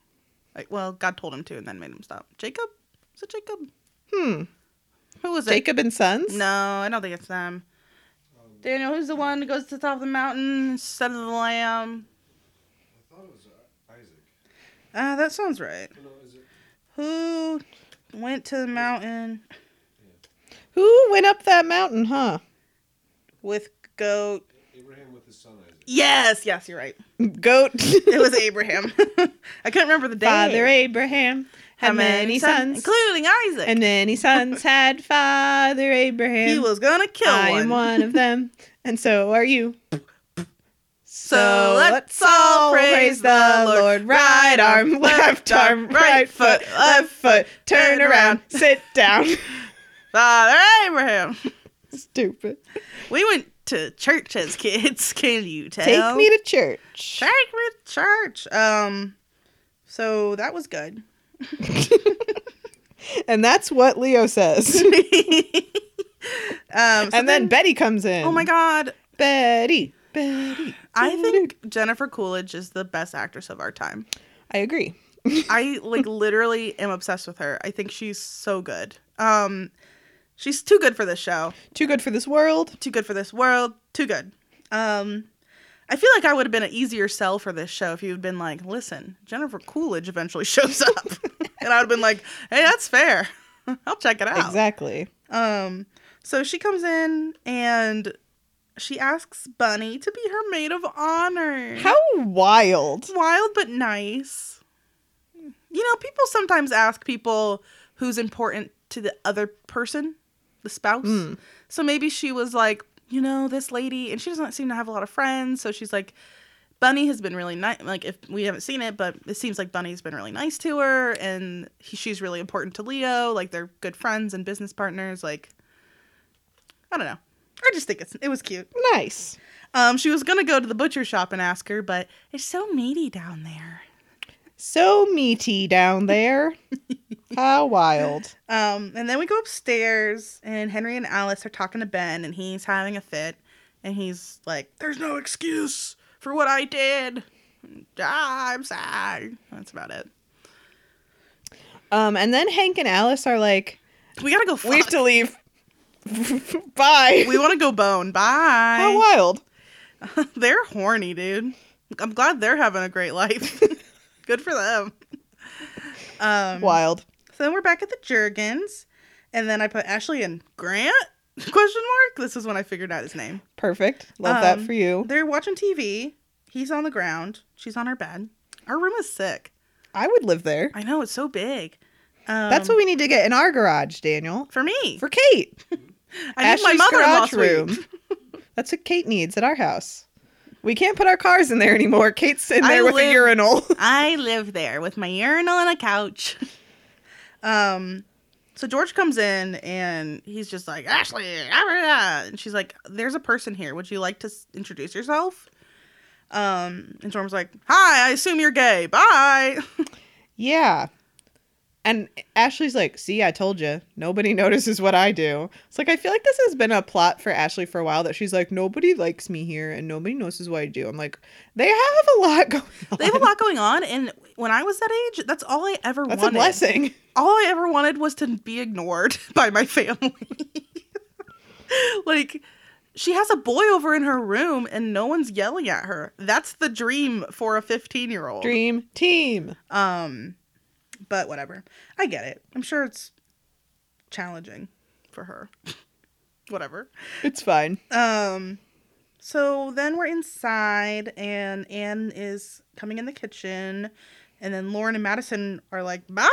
Speaker 1: (laughs) like, well, God told him to and then made him stop. Jacob? Is it Jacob?
Speaker 2: hmm.
Speaker 1: Who was it?
Speaker 2: Jacob and Sons.
Speaker 1: No, I don't think it's them. Daniel, who's the one who goes to the top of the mountain instead of the lamb?
Speaker 3: I thought it was uh, Isaac.
Speaker 1: Ah, that sounds right.
Speaker 3: No, is it?
Speaker 1: Who went to the mountain
Speaker 2: Who went up that mountain, huh?
Speaker 1: with goat?
Speaker 3: Abraham with his son Isaac.
Speaker 1: Yes, yes, you're right.
Speaker 2: (laughs) Goat.
Speaker 1: It was Abraham. (laughs) I couldn't remember the day.
Speaker 2: Father Abraham. How many sons?
Speaker 1: Including Isaac.
Speaker 2: And many (laughs) sons had Father Abraham.
Speaker 1: he was gonna kill
Speaker 2: I
Speaker 1: one.
Speaker 2: am one of them, and so are you.
Speaker 1: So let's all praise the Lord.
Speaker 2: Right arm, left arm, right foot, left foot. Turn around, sit down. (laughs)
Speaker 1: Father Abraham.
Speaker 2: Stupid.
Speaker 1: We went to church as kids. (laughs) Can you tell?
Speaker 2: Take me to church.
Speaker 1: take me to church. Um, so that was good.
Speaker 2: And that's what Leo (laughs) says.
Speaker 1: um, so
Speaker 2: and then Betty comes in.
Speaker 1: oh my god,
Speaker 2: Betty, Betty.
Speaker 1: I think Jennifer Coolidge is the best actress of our time.
Speaker 2: I agree.
Speaker 1: I
Speaker 2: (laughs)
Speaker 1: like literally am obsessed with her. I think she's so good. Um, she's too good for this show.
Speaker 2: Too good for this world.
Speaker 1: too good for this world, too good. Um, I feel like I would have been an easier sell for this show if you had been like, listen, Jennifer Coolidge eventually (laughs) shows up, and I'd have been like, hey, that's fair. (laughs) I'll check it out.
Speaker 2: Exactly.
Speaker 1: Um, so she comes in and she asks Bunny to be her maid of honor.
Speaker 2: How wild.
Speaker 1: It's wild but nice. You know, people sometimes ask people who's important to the other person, the spouse.
Speaker 2: Mm.
Speaker 1: So maybe she was like, you know, this lady, and she doesn't seem to have a lot of friends. So she's like, Bunny has been really nice. Like, if we haven't seen it, but it seems like Bunny's been really nice to her, and he, she's really important to Leo. Like, they're good friends and business partners. Like, I don't know. I just think it's it was cute.
Speaker 2: Nice.
Speaker 1: Um, she was gonna go to the butcher shop and ask her, but it's so meaty down there.
Speaker 2: So meaty down (laughs) there. How wild.
Speaker 1: Um, and then we go upstairs, and Henry and Alice are talking to Ben, and he's having a fit, and he's like, "There's no excuse for what I did. Ah, I'm sad." That's about it.
Speaker 2: Um, and then Hank and Alice are like,
Speaker 1: We gotta go. Fuck.
Speaker 2: we have to leave. (laughs) Bye.
Speaker 1: We want to go
Speaker 2: (laughs)
Speaker 1: bone.
Speaker 2: How
Speaker 1: Bye.
Speaker 2: wild.
Speaker 1: (laughs) they're horny, dude. I'm (laughs) glad they're having a great life. Good for them. Um,
Speaker 2: Wild.
Speaker 1: So then we're back at the Jurgens, and then I put Ashley and Grant (laughs) question mark. This is when I figured out his name.
Speaker 2: Perfect. Love that
Speaker 1: Um,
Speaker 2: for you.
Speaker 1: They're watching TV. He's on the ground. She's on her bed. Our room is sick.
Speaker 2: I would live there.
Speaker 1: I know it's so big. Um,
Speaker 2: That's what we need to get in our garage, Daniel.
Speaker 1: for me.
Speaker 2: For Kate.
Speaker 1: I need my
Speaker 2: Ashley's
Speaker 1: mother-in-law
Speaker 2: garage
Speaker 1: room.
Speaker 2: room. (laughs) That's what Kate needs at our house. We can't put our cars in there anymore. Kate's in
Speaker 1: I
Speaker 2: there with
Speaker 1: live-
Speaker 2: a urinal. (laughs)
Speaker 1: I live there with my urinal and a couch. (laughs) Um, so George comes in and he's just like Ashley, ah, blah, blah," and she's like, "There's a person here. Would you like to s- introduce yourself?" Um, and Storm's like, "Hi, I assume you're gay. Bye." (laughs)
Speaker 2: yeah. And Ashley's like, see, I told you. Nobody (laughs) notices what I do. It's like, I feel like this has been a plot for Ashley for a while that she's like, nobody likes me here and nobody notices what I do. I'm like, they have a lot (laughs) going on.
Speaker 1: They have a lot going on, and when I was that age, that's all I ever
Speaker 2: That's a
Speaker 1: wanted.
Speaker 2: blessing.
Speaker 1: all I ever wanted was to be ignored (laughs) by my family. like, she has a boy over in her room and no one's yelling at her. That's the dream for a 15 year old.
Speaker 2: Dream team.
Speaker 1: Um, but whatever. I get it. I'm sure it's challenging for her. (laughs) whatever.
Speaker 2: It's fine.
Speaker 1: Um, so then we're inside, and Anne is coming in the kitchen, and then Lauren and Madison are like, "Bye."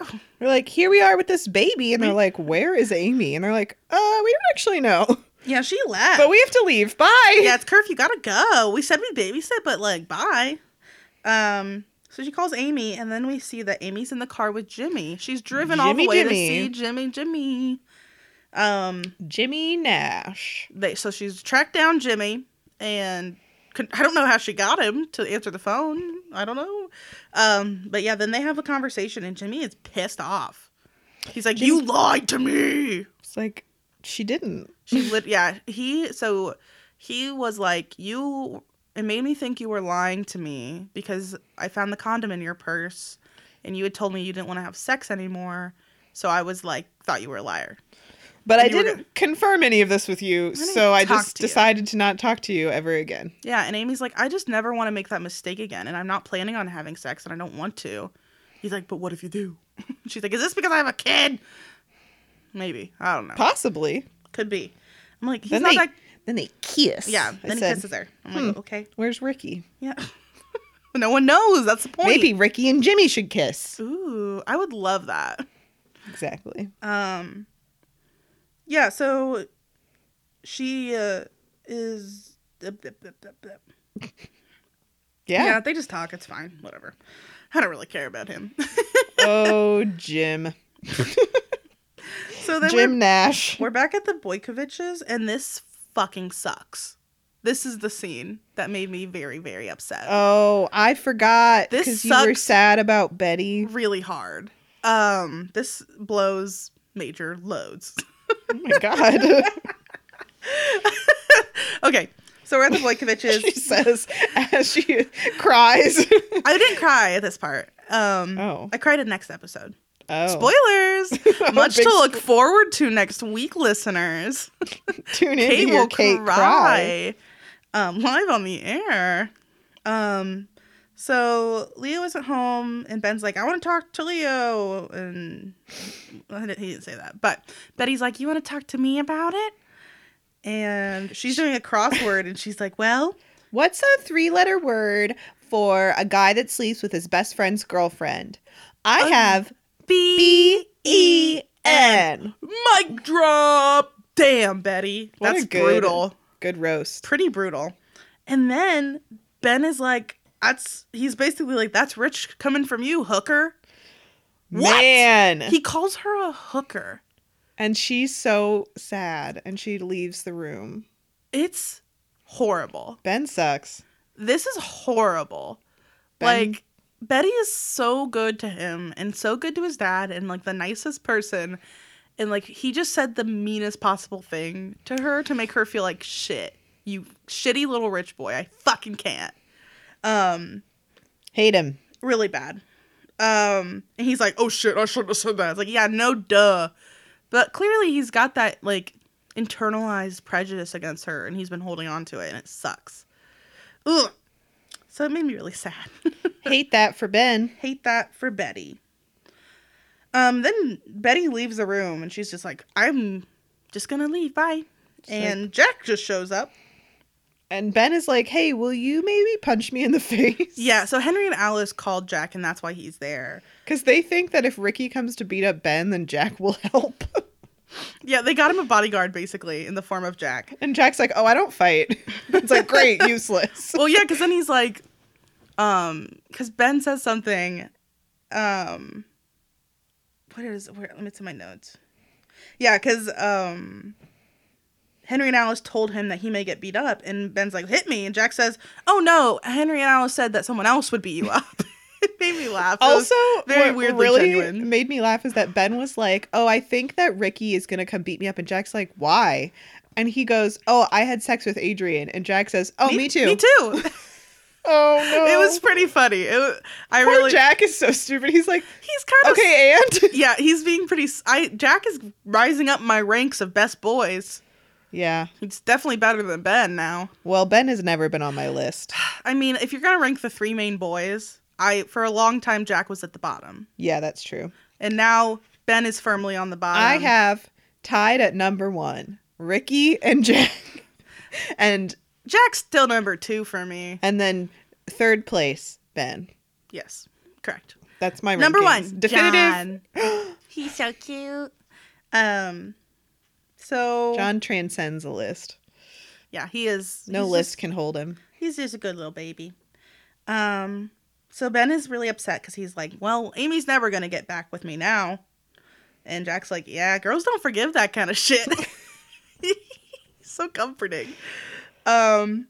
Speaker 1: (laughs)
Speaker 2: We're like, here we are with this baby. And they're like, where is Amy? And they're like, uh, we don't actually know. (laughs)
Speaker 1: Yeah, she left.
Speaker 2: But we have to leave. Bye.
Speaker 1: yeah, it's curfew. Gotta go. We said we babysit, but like, bye. Um. So she calls Amy, and then we see that Amy's in the car with Jimmy. She's driven all the
Speaker 2: Jimmy,
Speaker 1: way
Speaker 2: Jimmy.
Speaker 1: to see Jimmy. Jimmy. Um.
Speaker 2: Jimmy Nash.
Speaker 1: They. So she's tracked down Jimmy, and con- I don't know how she got him to answer the phone. I don't know. Um. But yeah, then they have a conversation, and Jimmy is pissed off. He's like, "You lied to me."
Speaker 2: It's like, she didn't.
Speaker 1: She lit. Yeah, he. So he was like, "You." It made me think you were lying to me because I found the condom in your purse, and you had told me you didn't want to have sex anymore. So I was like, thought you were a liar.
Speaker 2: But I
Speaker 1: You were
Speaker 2: didn't confirm any of this with you,
Speaker 1: didn't
Speaker 2: so I
Speaker 1: talk
Speaker 2: just
Speaker 1: to you.
Speaker 2: decided to not talk to you ever again.
Speaker 1: Yeah, and Amy's like, I just never want to make that mistake again, and I'm not planning on having sex, and I don't want to. He's like, but what if you do? (laughs) She's like, is this because I have a kid? Maybe I don't know.
Speaker 2: Possibly.
Speaker 1: Could be. I'm like, he's
Speaker 2: Then
Speaker 1: not
Speaker 2: they,
Speaker 1: that.
Speaker 2: then they kiss.
Speaker 1: Yeah.
Speaker 2: I
Speaker 1: Then he
Speaker 2: said,
Speaker 1: kisses her. I'm like,
Speaker 2: "Hmm."
Speaker 1: okay.
Speaker 2: Where's Ricky?
Speaker 1: Yeah. (laughs) no one knows. That's the point.
Speaker 2: Maybe Ricky and Jimmy should kiss.
Speaker 1: Ooh, I would love that.
Speaker 2: Exactly.
Speaker 1: Um Yeah, so she uh, is yeah.
Speaker 2: Yeah.
Speaker 1: they just talk, it's fine, whatever. I don't really care about him. (laughs)
Speaker 2: (laughs) oh, Jim.
Speaker 1: so then
Speaker 2: Jim
Speaker 1: we're,
Speaker 2: Nash.
Speaker 1: we're back at the Boykoviches and this fucking sucks. This is the scene that made me very very upset.
Speaker 2: Oh, I forgot
Speaker 1: This
Speaker 2: because you were
Speaker 1: sucks.
Speaker 2: sad about Betty. (laughs)
Speaker 1: really hard. Um this blows major loads. (laughs)
Speaker 2: Oh my god. (laughs)
Speaker 1: okay. So we're
Speaker 2: (laughs)
Speaker 1: at the Boykoviches.
Speaker 2: she says as she (laughs) cries.
Speaker 1: I didn't cry at this part. Um,
Speaker 2: Oh.
Speaker 1: I cried at next episode.
Speaker 2: Oh. (laughs)
Speaker 1: Spoilers!
Speaker 2: A
Speaker 1: Much to
Speaker 2: big
Speaker 1: look forward to next week, listeners.
Speaker 2: Tune in to
Speaker 1: Kate
Speaker 2: hear
Speaker 1: will
Speaker 2: Kate
Speaker 1: cry
Speaker 2: cry.
Speaker 1: um, live on the air. Um, so Leo isn't home, and Ben's like, "I want to talk to Leo," and well, he didn't say that, but Betty's like, "You want to talk to me about it?" And she's doing a crossword, and she's like, "Well,
Speaker 2: What's a three letter word for a guy that sleeps with his best friend's girlfriend? I
Speaker 1: Um,
Speaker 2: have
Speaker 1: B
Speaker 2: B E N.
Speaker 1: Mic drop. Damn, Betty.
Speaker 2: What
Speaker 1: That's
Speaker 2: a good-
Speaker 1: brutal.
Speaker 2: Good roast.
Speaker 1: Pretty brutal. And then Ben is like, that's he's basically like, that's rich coming from you, hooker. What?
Speaker 2: Man.
Speaker 1: He calls her a hooker.
Speaker 2: and she's so sad and she leaves the room.
Speaker 1: It's horrible.
Speaker 2: Ben sucks.
Speaker 1: This is horrible.
Speaker 2: Ben-
Speaker 1: Like Betty is so good to him and so good to his dad and like the nicest person. And like he just said the meanest possible thing to her to make her feel like shit. You shitty little rich boy. I fucking can't. Um
Speaker 2: Hate him.
Speaker 1: really bad. Um, and he's like, "Oh shit, I shouldn't have said that." It's like, yeah, no, duh. But clearly, he's got that like internalized prejudice against her, and he's been holding on to it, and it sucks. Ugh. So (laughs) it made me really sad.
Speaker 2: Hate that for Ben.
Speaker 1: Hate that for Betty. Um, then Betty leaves the room and she's just like, I'm just gonna leave. Bye. And Jack just shows up.
Speaker 2: And Ben is like, hey, will you maybe punch me in the (laughs) face?
Speaker 1: Yeah, so Henry and Alice called Jack and that's why he's there.
Speaker 2: Because they think that if Ricky comes to beat up Ben, then Jack will (laughs) help.
Speaker 1: Yeah, they got him a bodyguard basically in the form of Jack.
Speaker 2: And Jack's like, oh, I don't fight. (laughs) It's like, great, useless.
Speaker 1: Well, yeah, because then he's like, um, because Ben says something, um, what is where? Let me see my notes. Yeah, because um, Henry and Alice told him that he may get beat up, and Ben's like, "Hit me!" And Jack says, "Oh no, Henry and Alice said that someone else would beat you up." (laughs) it made me laugh. It was
Speaker 2: Also,
Speaker 1: very
Speaker 2: what
Speaker 1: weirdly
Speaker 2: really
Speaker 1: genuine.
Speaker 2: made me laugh is that Ben was like, "Oh, I think that Ricky is gonna come beat me up," and Jack's like, "Why?" And he goes, "Oh, I had sex with Adrian," and Jack says, "Oh, me, too."
Speaker 1: Me too.
Speaker 2: (laughs) Oh no,
Speaker 1: it was pretty funny. It, wa- I
Speaker 2: Poor
Speaker 1: really.
Speaker 2: Jack is so stupid. He's like,
Speaker 1: He's kind of
Speaker 2: "Okay,
Speaker 1: (laughs)
Speaker 2: and
Speaker 1: yeah, he's being pretty. s- I Jack is rising up my ranks of best boys.
Speaker 2: yeah."
Speaker 1: He's definitely better than Ben now.
Speaker 2: Well, Ben has never been on my list.
Speaker 1: I mean, if you're gonna rank the three main boys, I for a long time Jack was at the bottom,
Speaker 2: Yeah, that's true.
Speaker 1: and now Ben is firmly on the bottom.
Speaker 2: I have tied at number one Ricky and (laughs) Jack, and
Speaker 1: Jack's still number two for me.
Speaker 2: and then third place Ben.
Speaker 1: Yes, correct.
Speaker 2: That's my
Speaker 1: Number
Speaker 2: rankings.
Speaker 1: one,
Speaker 2: definitive. (gasps)
Speaker 1: John. He's so cute. Um, so
Speaker 2: John transcends a list.
Speaker 1: yeah, he is
Speaker 2: No
Speaker 1: he's
Speaker 2: list can hold him.
Speaker 1: He's just a good little baby. Um, so Ben is really upset because he's like, "Well, Amy's never gonna get back with me now," and Jack's like, "Yeah, girls don't forgive that kind of shit." (laughs) so comforting. Um,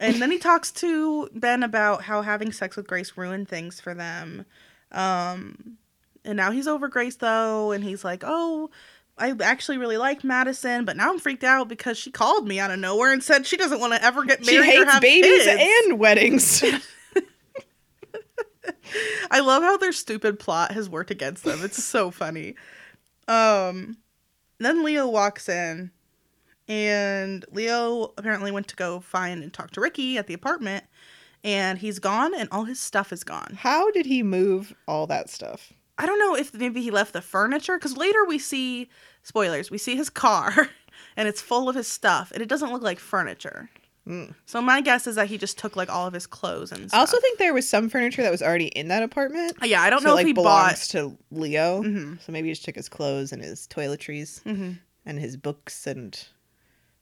Speaker 1: and then he talks to Ben about how having sex with Grace ruined things for them. Um, and now he's over Grace though, and he's like, "Oh." I actually really like Madison, but now I'm freaked out because she called me out of nowhere and said she doesn't want to ever get married.
Speaker 2: She
Speaker 1: or
Speaker 2: hates
Speaker 1: have
Speaker 2: babies
Speaker 1: kids. (laughs)
Speaker 2: and weddings.
Speaker 1: I love how their stupid plot has worked against them. It's so
Speaker 2: (laughs)
Speaker 1: funny. Um, then Leo walks in, and Leo apparently went to go find and talk to Ricky at the apartment, and he's gone, and all his stuff is gone.
Speaker 2: How did he move all that stuff?
Speaker 1: I don't know if maybe he left the furniture because later we see spoilers. We see his car, (laughs) and it's full of his stuff, and it doesn't look like furniture.
Speaker 2: Mm.
Speaker 1: So my guess is that he just took like all of his clothes and.
Speaker 2: I
Speaker 1: Stuff.
Speaker 2: also think there was some furniture that was already in that apartment.
Speaker 1: yeah, I don't
Speaker 2: so,
Speaker 1: know
Speaker 2: like,
Speaker 1: if he bought.
Speaker 2: belongs to Leo.
Speaker 1: Mhm.
Speaker 2: So maybe he just took his clothes and his toiletries
Speaker 1: Mhm.
Speaker 2: and his books and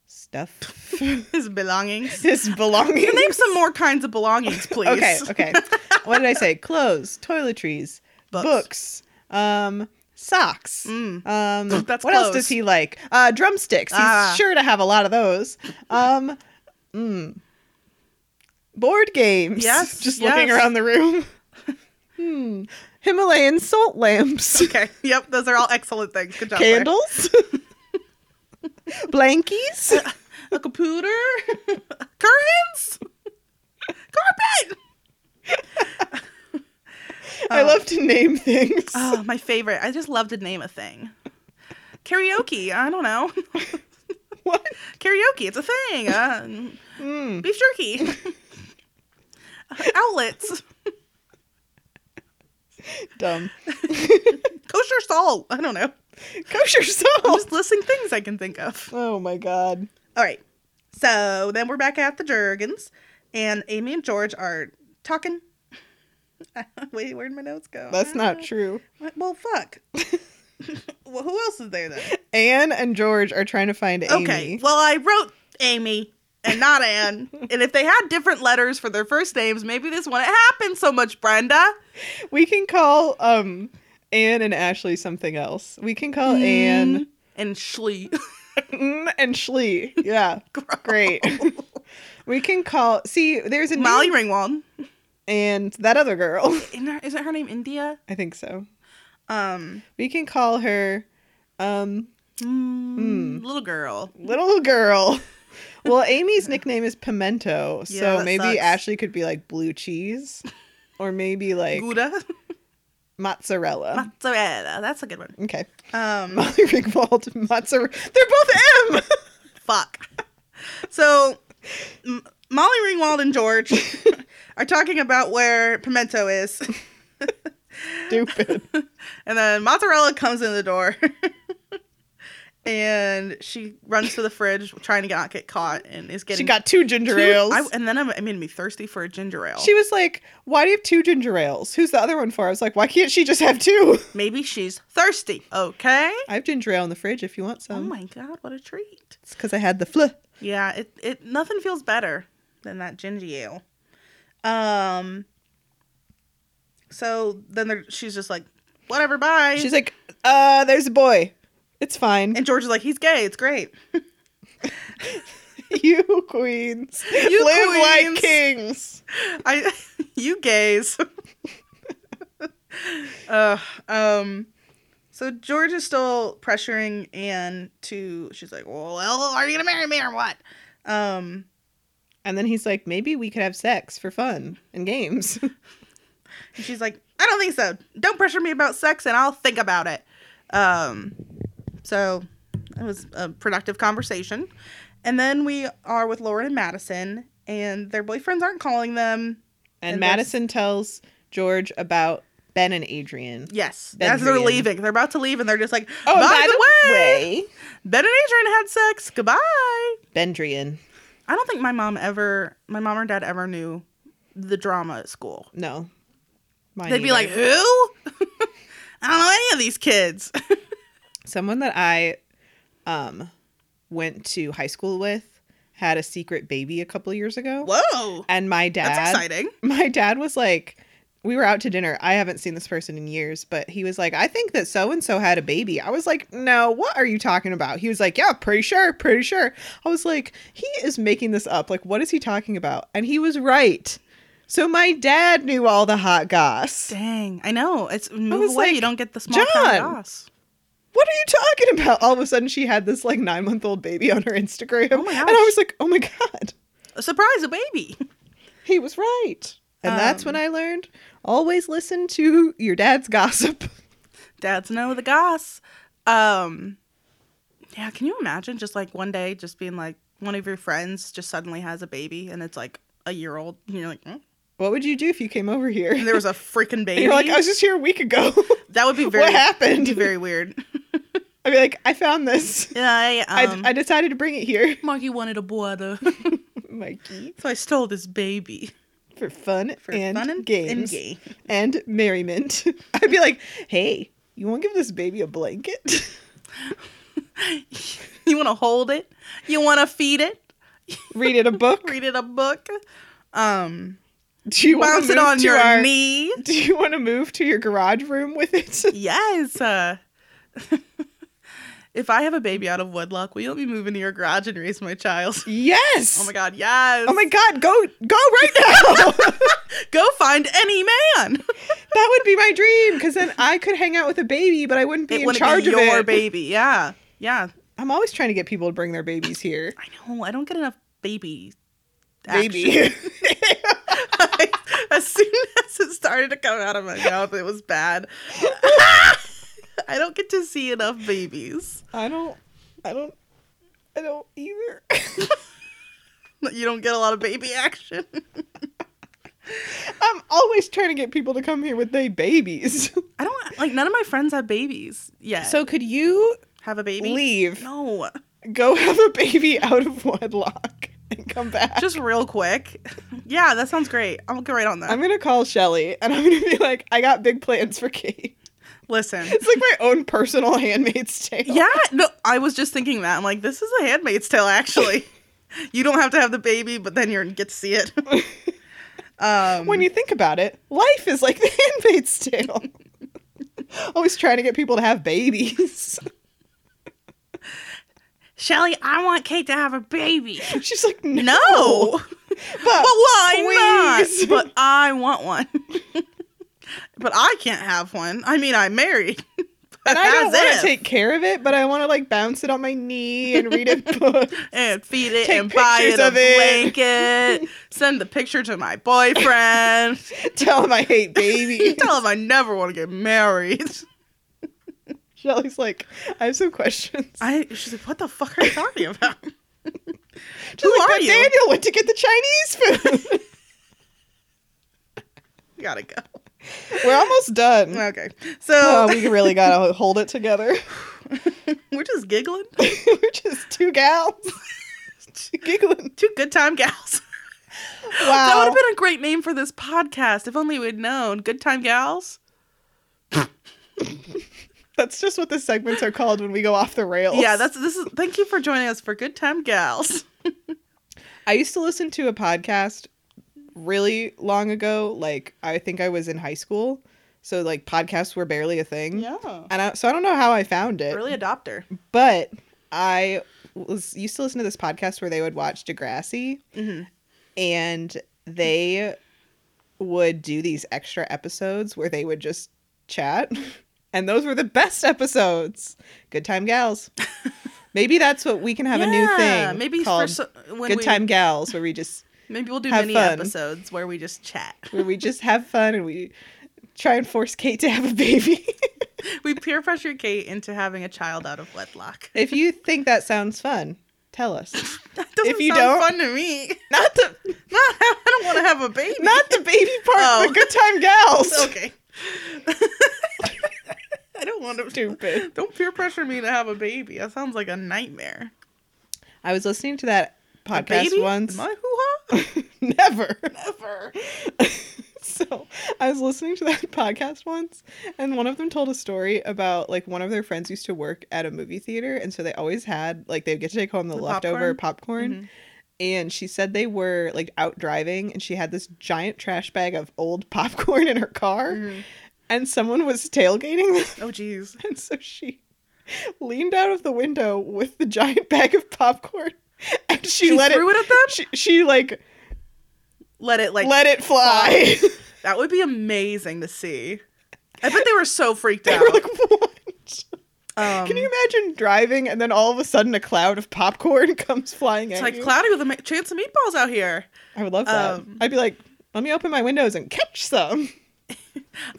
Speaker 2: stuff. (laughs)
Speaker 1: His belongings.
Speaker 2: his belongings.
Speaker 1: Name some more kinds of belongings, please.
Speaker 2: (laughs) Okay, okay. what did I say? Clothes, toiletries,
Speaker 1: Books.
Speaker 2: books, um, socks.
Speaker 1: Mm.
Speaker 2: Um,
Speaker 1: (laughs) That's
Speaker 2: what else
Speaker 1: close.
Speaker 2: does he like? Uh, drumsticks. He's
Speaker 1: Ah.
Speaker 2: sure to have a lot of those. Um, mm. Board games.
Speaker 1: Yes,
Speaker 2: (laughs) Just looking
Speaker 1: yes.
Speaker 2: around
Speaker 1: (laughs)
Speaker 2: the room. hmm. Himalayan
Speaker 1: (laughs)
Speaker 2: salt lamps.
Speaker 1: Okay. Yep. Those are all excellent things. Good job. Blair. (laughs)
Speaker 2: Candles. Blankies.
Speaker 1: A computer. (laughs) Curtains. Carpet.
Speaker 2: I love to name things.
Speaker 1: Oh, my favorite. I just love to name a thing. Karaoke. I don't know.
Speaker 2: (laughs)
Speaker 1: (laughs)
Speaker 2: what?
Speaker 1: Karaoke. It's a thing. Uh,
Speaker 2: Mm.
Speaker 1: beef jerky. (laughs) Outlets. (laughs)
Speaker 2: Dumb. (laughs)
Speaker 1: Kosher salt. I don't know.
Speaker 2: Kosher
Speaker 1: I'm
Speaker 2: salt.
Speaker 1: just listing things I can think of.
Speaker 2: Oh my god.
Speaker 1: All right. So then we're back at the Jurgens, and Amy and George are talking. (laughs) Wait, where'd my notes go?
Speaker 2: That's not true.
Speaker 1: true. Well, (laughs) fuck. well, who else is there then?
Speaker 2: Anne and George are trying to find Amy.
Speaker 1: Okay. Well, I wrote Amy and not (laughs) Anne. and if they had different letters for their first names, maybe this wouldn't happen so much, Brenda.
Speaker 2: We can call um Anne and Ashley something else. We can call
Speaker 1: Mm.
Speaker 2: Anne
Speaker 1: and (laughs) Schley.
Speaker 2: Mm, and Shlee. Yeah,
Speaker 1: (laughs)
Speaker 2: great. we can call. See, there's a new-
Speaker 1: Molly Ringwald.
Speaker 2: and that other girl. (laughs)
Speaker 1: Isn't her- Isn't her name India?
Speaker 2: I think so.
Speaker 1: Um,
Speaker 2: We can call her um
Speaker 1: mm, little girl. (laughs)
Speaker 2: little girl. Well, Amy's nickname is Pimento,
Speaker 1: Yeah,
Speaker 2: so
Speaker 1: that
Speaker 2: maybe
Speaker 1: sucks.
Speaker 2: Ashley could be like blue cheese, or maybe like
Speaker 1: Gouda. (laughs)
Speaker 2: mozzarella.
Speaker 1: Mozzarella. That's a good one.
Speaker 2: okay.
Speaker 1: Um,
Speaker 2: (laughs) Molly Ringwald, mozzarella. They're
Speaker 1: (laughs)
Speaker 2: both M.
Speaker 1: fuck. (laughs) So, M- Molly Ringwald and
Speaker 2: (laughs)
Speaker 1: George are talking about where Pimento is,
Speaker 2: Stupid.
Speaker 1: and And then Mozzarella comes in the door. (laughs) and she runs to the fridge trying to not get caught and is
Speaker 2: She
Speaker 1: getting
Speaker 2: got two ginger
Speaker 1: two-
Speaker 2: ales.
Speaker 1: I- oh. and then I'm- it made me thirsty for a ginger ale.
Speaker 2: she was like, "Why do you have two ginger ales? Who's the other one for?" I was like, "Why can't she just have two? (laughs)
Speaker 1: Maybe she's thirsty. Okay.
Speaker 2: I have ginger ale in the fridge if you want some.
Speaker 1: oh my god, what a treat.
Speaker 2: It's because I had the flu.
Speaker 1: Yeah, it, it nothing feels better than that ginger ale. Um so then there, she's just like, whatever, bye.
Speaker 2: She's like, "Uh, there's a boy. It's fine.
Speaker 1: and George is like, he's gay, it's great.
Speaker 2: (laughs) you queens,
Speaker 1: (laughs) You
Speaker 2: live like
Speaker 1: queens.
Speaker 2: kings."
Speaker 1: I (laughs) you gays. (laughs) uh, um so George is still pressuring Anne to she's like, Well, are you gonna marry me or what? Um
Speaker 2: And then he's like, "Maybe we could have sex for fun and games." (laughs)
Speaker 1: and she's like, I don't think so. Don't pressure me about sex and I'll think about it. Um so it was a productive conversation. And then we are with Lauren and Madison and their boyfriends aren't calling them.
Speaker 2: And,
Speaker 1: And there's-
Speaker 2: Madison tells George about Ben and Adrian.
Speaker 1: Yes.
Speaker 2: Ben
Speaker 1: as they're
Speaker 2: Julian.
Speaker 1: leaving. They're about to leave and they're just like,
Speaker 2: Oh,
Speaker 1: by,
Speaker 2: and
Speaker 1: the, way Ben and Adrian had sex. Goodbye.
Speaker 2: Bendrian.
Speaker 1: I don't think my mom ever, my mom or dad ever knew the drama at school.
Speaker 2: No. Mine
Speaker 1: They'd be
Speaker 2: either.
Speaker 1: like, who? (laughs) I don't know any of these kids. (laughs)
Speaker 2: someone that I um went to high school with had a secret baby a couple years ago.
Speaker 1: Whoa.
Speaker 2: And my
Speaker 1: That's
Speaker 2: dad
Speaker 1: exciting.
Speaker 2: (laughs) my dad was like we were out to dinner. I haven't seen this person in years, but he was like, I think that so and so had a baby. I was like, No, what are you talking about? He was like, Yeah, pretty sure, pretty sure. I was like, He is making this up. Like, what is he talking about? And he was right. So my dad knew all the hot goss.
Speaker 1: Dang. I know. It's move
Speaker 2: was
Speaker 1: away.
Speaker 2: like,
Speaker 1: you don't get the small town
Speaker 2: "John."
Speaker 1: goss.
Speaker 2: What are you talking about? All of a sudden, she had this like nine month old baby on her Instagram.
Speaker 1: Oh my
Speaker 2: And
Speaker 1: gosh.
Speaker 2: I was like, Oh my God,
Speaker 1: Surprise a baby. (laughs)
Speaker 2: he was right. And that's when
Speaker 1: Um,
Speaker 2: I learned always listen to your dad's gossip. (laughs)
Speaker 1: Dads know the goss. Um, yeah. Can you imagine just like one day just being like one of your friends just suddenly has a baby and it's like a year old and you're like, "Hmm?"
Speaker 2: What would you do if you came over here?
Speaker 1: and there was a freaking
Speaker 2: And
Speaker 1: baby.
Speaker 2: (laughs) you're like, I was just here a week ago. (laughs)
Speaker 1: That would be very.
Speaker 2: what
Speaker 1: It'd
Speaker 2: happened?
Speaker 1: be very
Speaker 2: (laughs)
Speaker 1: weird. (laughs)
Speaker 2: I'd be like, I found this.
Speaker 1: I, um,
Speaker 2: I, I decided to bring it here, (laughs)
Speaker 1: Marky wanted a water,
Speaker 2: Mikey,
Speaker 1: (laughs) so I stole this baby
Speaker 2: for fun
Speaker 1: for
Speaker 2: and
Speaker 1: fun and and
Speaker 2: games
Speaker 1: gay.
Speaker 2: and merriment. (laughs) I'd be like, Hey, you want to give this baby a blanket?
Speaker 1: (laughs)
Speaker 2: (laughs)
Speaker 1: You want to hold it? You want to feed it?
Speaker 2: Read it a book?
Speaker 1: Read it a book? Um,
Speaker 2: Do you want
Speaker 1: bounce
Speaker 2: to
Speaker 1: it on
Speaker 2: to
Speaker 1: your
Speaker 2: our,
Speaker 1: knee?
Speaker 2: (laughs) Do you want to move to your garage room with it?
Speaker 1: Yes. Uh, (laughs) if I have a baby out of wedlock, will you let me move into your garage and raise my child? (laughs)
Speaker 2: Yes.
Speaker 1: Oh my god, yes.
Speaker 2: Oh my god, go go right now. (laughs)
Speaker 1: Go find any man.
Speaker 2: that would be my dream cuz then I could hang out with a baby but I wouldn't (laughs) be
Speaker 1: It
Speaker 2: in
Speaker 1: wouldn't
Speaker 2: charge
Speaker 1: be
Speaker 2: of
Speaker 1: your
Speaker 2: it.
Speaker 1: baby. Yeah. Yeah.
Speaker 2: I'm always trying to get people to bring their babies here.
Speaker 1: I know. I don't get enough baby.
Speaker 2: (laughs)
Speaker 1: action. (laughs)
Speaker 2: Baby.
Speaker 1: as soon as it started to come out of my mouth, it was
Speaker 2: (laughs)
Speaker 1: bad. (laughs) I don't get to see enough babies.
Speaker 2: I don't I don't I don't either. (laughs)
Speaker 1: You don't get a lot of baby action. (laughs)
Speaker 2: I'm always trying to get people to come here with their babies.
Speaker 1: I don't like none of my friends have babies yet.
Speaker 2: So could you
Speaker 1: have a baby?
Speaker 2: leave,
Speaker 1: No.
Speaker 2: go have a baby out of wedlock and come back?
Speaker 1: Just real quick. Yeah, that sounds great. I'll go right on that.
Speaker 2: I'm gonna call Shelly and I'm gonna be like, I got big plans for Kate. (laughs)
Speaker 1: Listen.
Speaker 2: It's like my own personal handmaid's tale.
Speaker 1: Yeah, no, I was just thinking that. I'm like, this is a handmaid's tale,
Speaker 2: (laughs)
Speaker 1: actually. you don't have to have the baby, but then you get to see it. um
Speaker 2: When you think about it, life is like the (laughs) handmaid's tale. Always trying to get people to have babies. (laughs)
Speaker 1: Shelly, I want Kate to have a baby.
Speaker 2: She's like, no.
Speaker 1: No.
Speaker 2: (laughs) But,
Speaker 1: But why
Speaker 2: please.
Speaker 1: not? But I want one. (laughs) but I can't have one. I mean, I'm married. (laughs) But
Speaker 2: and I don't
Speaker 1: as
Speaker 2: want
Speaker 1: if.
Speaker 2: to take care of it, but I want to like bounce it on my knee and
Speaker 1: (laughs)
Speaker 2: read it book.
Speaker 1: and feed it
Speaker 2: take
Speaker 1: and buy it
Speaker 2: pictures
Speaker 1: a
Speaker 2: of
Speaker 1: (laughs)
Speaker 2: it.
Speaker 1: blanket. Send the picture to my (laughs) boyfriend.
Speaker 2: Tell him I hate babies.
Speaker 1: (laughs) Tell him I never want to get married.
Speaker 2: Shelly's like, I have some questions.
Speaker 1: (laughs) I she's like, what the fuck are you talking about? (laughs)
Speaker 2: She's
Speaker 1: Who
Speaker 2: like,
Speaker 1: are
Speaker 2: "But
Speaker 1: you?
Speaker 2: Daniel went to get the Chinese food.
Speaker 1: Gotta go.
Speaker 2: (laughs) We're almost done.
Speaker 1: Okay. So
Speaker 2: Oh, we really gotta hold it together.
Speaker 1: (laughs)
Speaker 2: (laughs)
Speaker 1: we're just giggling.
Speaker 2: We're just two gals (laughs) giggling.
Speaker 1: Two good time gals. (laughs) That would
Speaker 2: Wow.
Speaker 1: have been a great name for this podcast if only we'd known. Good time gals.
Speaker 2: That's just what the segments are called when we go off the rails.
Speaker 1: Yeah, that's this is thank you for joining us for Good Time Gals.
Speaker 2: I used to listen to a podcast really long ago. Like I think I was in high school, so like podcasts were barely a thing.
Speaker 1: (laughs) Yeah.
Speaker 2: And I, so I don't know how I found it,
Speaker 1: Early adopter.
Speaker 2: but I was used to listen to this podcast where they would watch Degrassi,
Speaker 1: Mm-hmm.
Speaker 2: and they would do these extra episodes where they would just chat. (laughs) And those were the best episodes. Good
Speaker 1: (laughs)
Speaker 2: time gals. maybe that's what we can have a new thing.
Speaker 1: Maybe for
Speaker 2: called
Speaker 1: so, when
Speaker 2: Good
Speaker 1: we,
Speaker 2: time gals where we just
Speaker 1: Maybe we'll do
Speaker 2: have
Speaker 1: mini
Speaker 2: fun.
Speaker 1: episodes where we just chat. (laughs)
Speaker 2: where we just have fun and we try and force Kate to have a
Speaker 1: (laughs)
Speaker 2: baby. (laughs)
Speaker 1: We peer pressure Kate into having a child out of wedlock.
Speaker 2: if you think that sounds fun, tell us.
Speaker 1: (laughs) That doesn't
Speaker 2: If you
Speaker 1: sound
Speaker 2: don't-
Speaker 1: fun to me. (laughs)
Speaker 2: Not the
Speaker 1: Not, I don't want to have a baby. (laughs)
Speaker 2: not the baby part,
Speaker 1: Oh.
Speaker 2: the good time gals.
Speaker 1: (laughs) okay. I don't want to.
Speaker 2: Stupid.
Speaker 1: Don't peer pressure me to have a baby. That sounds like a nightmare.
Speaker 2: I was listening to that
Speaker 1: A
Speaker 2: podcast
Speaker 1: baby?
Speaker 2: once.
Speaker 1: My hoo-ha?
Speaker 2: (laughs) Never.
Speaker 1: Never.
Speaker 2: (laughs) so I was listening to that (laughs) podcast once, and one of them told a story about like one of their friends used to work at a movie theater, and so they always had like they'd get to take home the,
Speaker 1: The
Speaker 2: leftover popcorn.
Speaker 1: Mhm.
Speaker 2: And she said they were like out driving, and she had this giant trash bag of old popcorn in her car,
Speaker 1: Mm-hmm.
Speaker 2: and someone was tailgating them.
Speaker 1: Oh, jeez.
Speaker 2: (laughs) And so she leaned out of the window with the giant bag of popcorn, (laughs) and she,
Speaker 1: She
Speaker 2: let
Speaker 1: threw
Speaker 2: it.
Speaker 1: it, at them?
Speaker 2: She, she like
Speaker 1: Let it, like,
Speaker 2: let it fly.
Speaker 1: that would be amazing to see. I bet they were so freaked
Speaker 2: (laughs) they
Speaker 1: out.
Speaker 2: were like, "What?"
Speaker 1: um,
Speaker 2: Can you imagine driving and then all of a sudden a cloud of popcorn (laughs) comes flying
Speaker 1: It's
Speaker 2: at
Speaker 1: like
Speaker 2: you?
Speaker 1: cloudy with a ma- chance of meatballs out here.
Speaker 2: I would love that.
Speaker 1: um,
Speaker 2: I'd be like, let me open my windows and catch some. (laughs)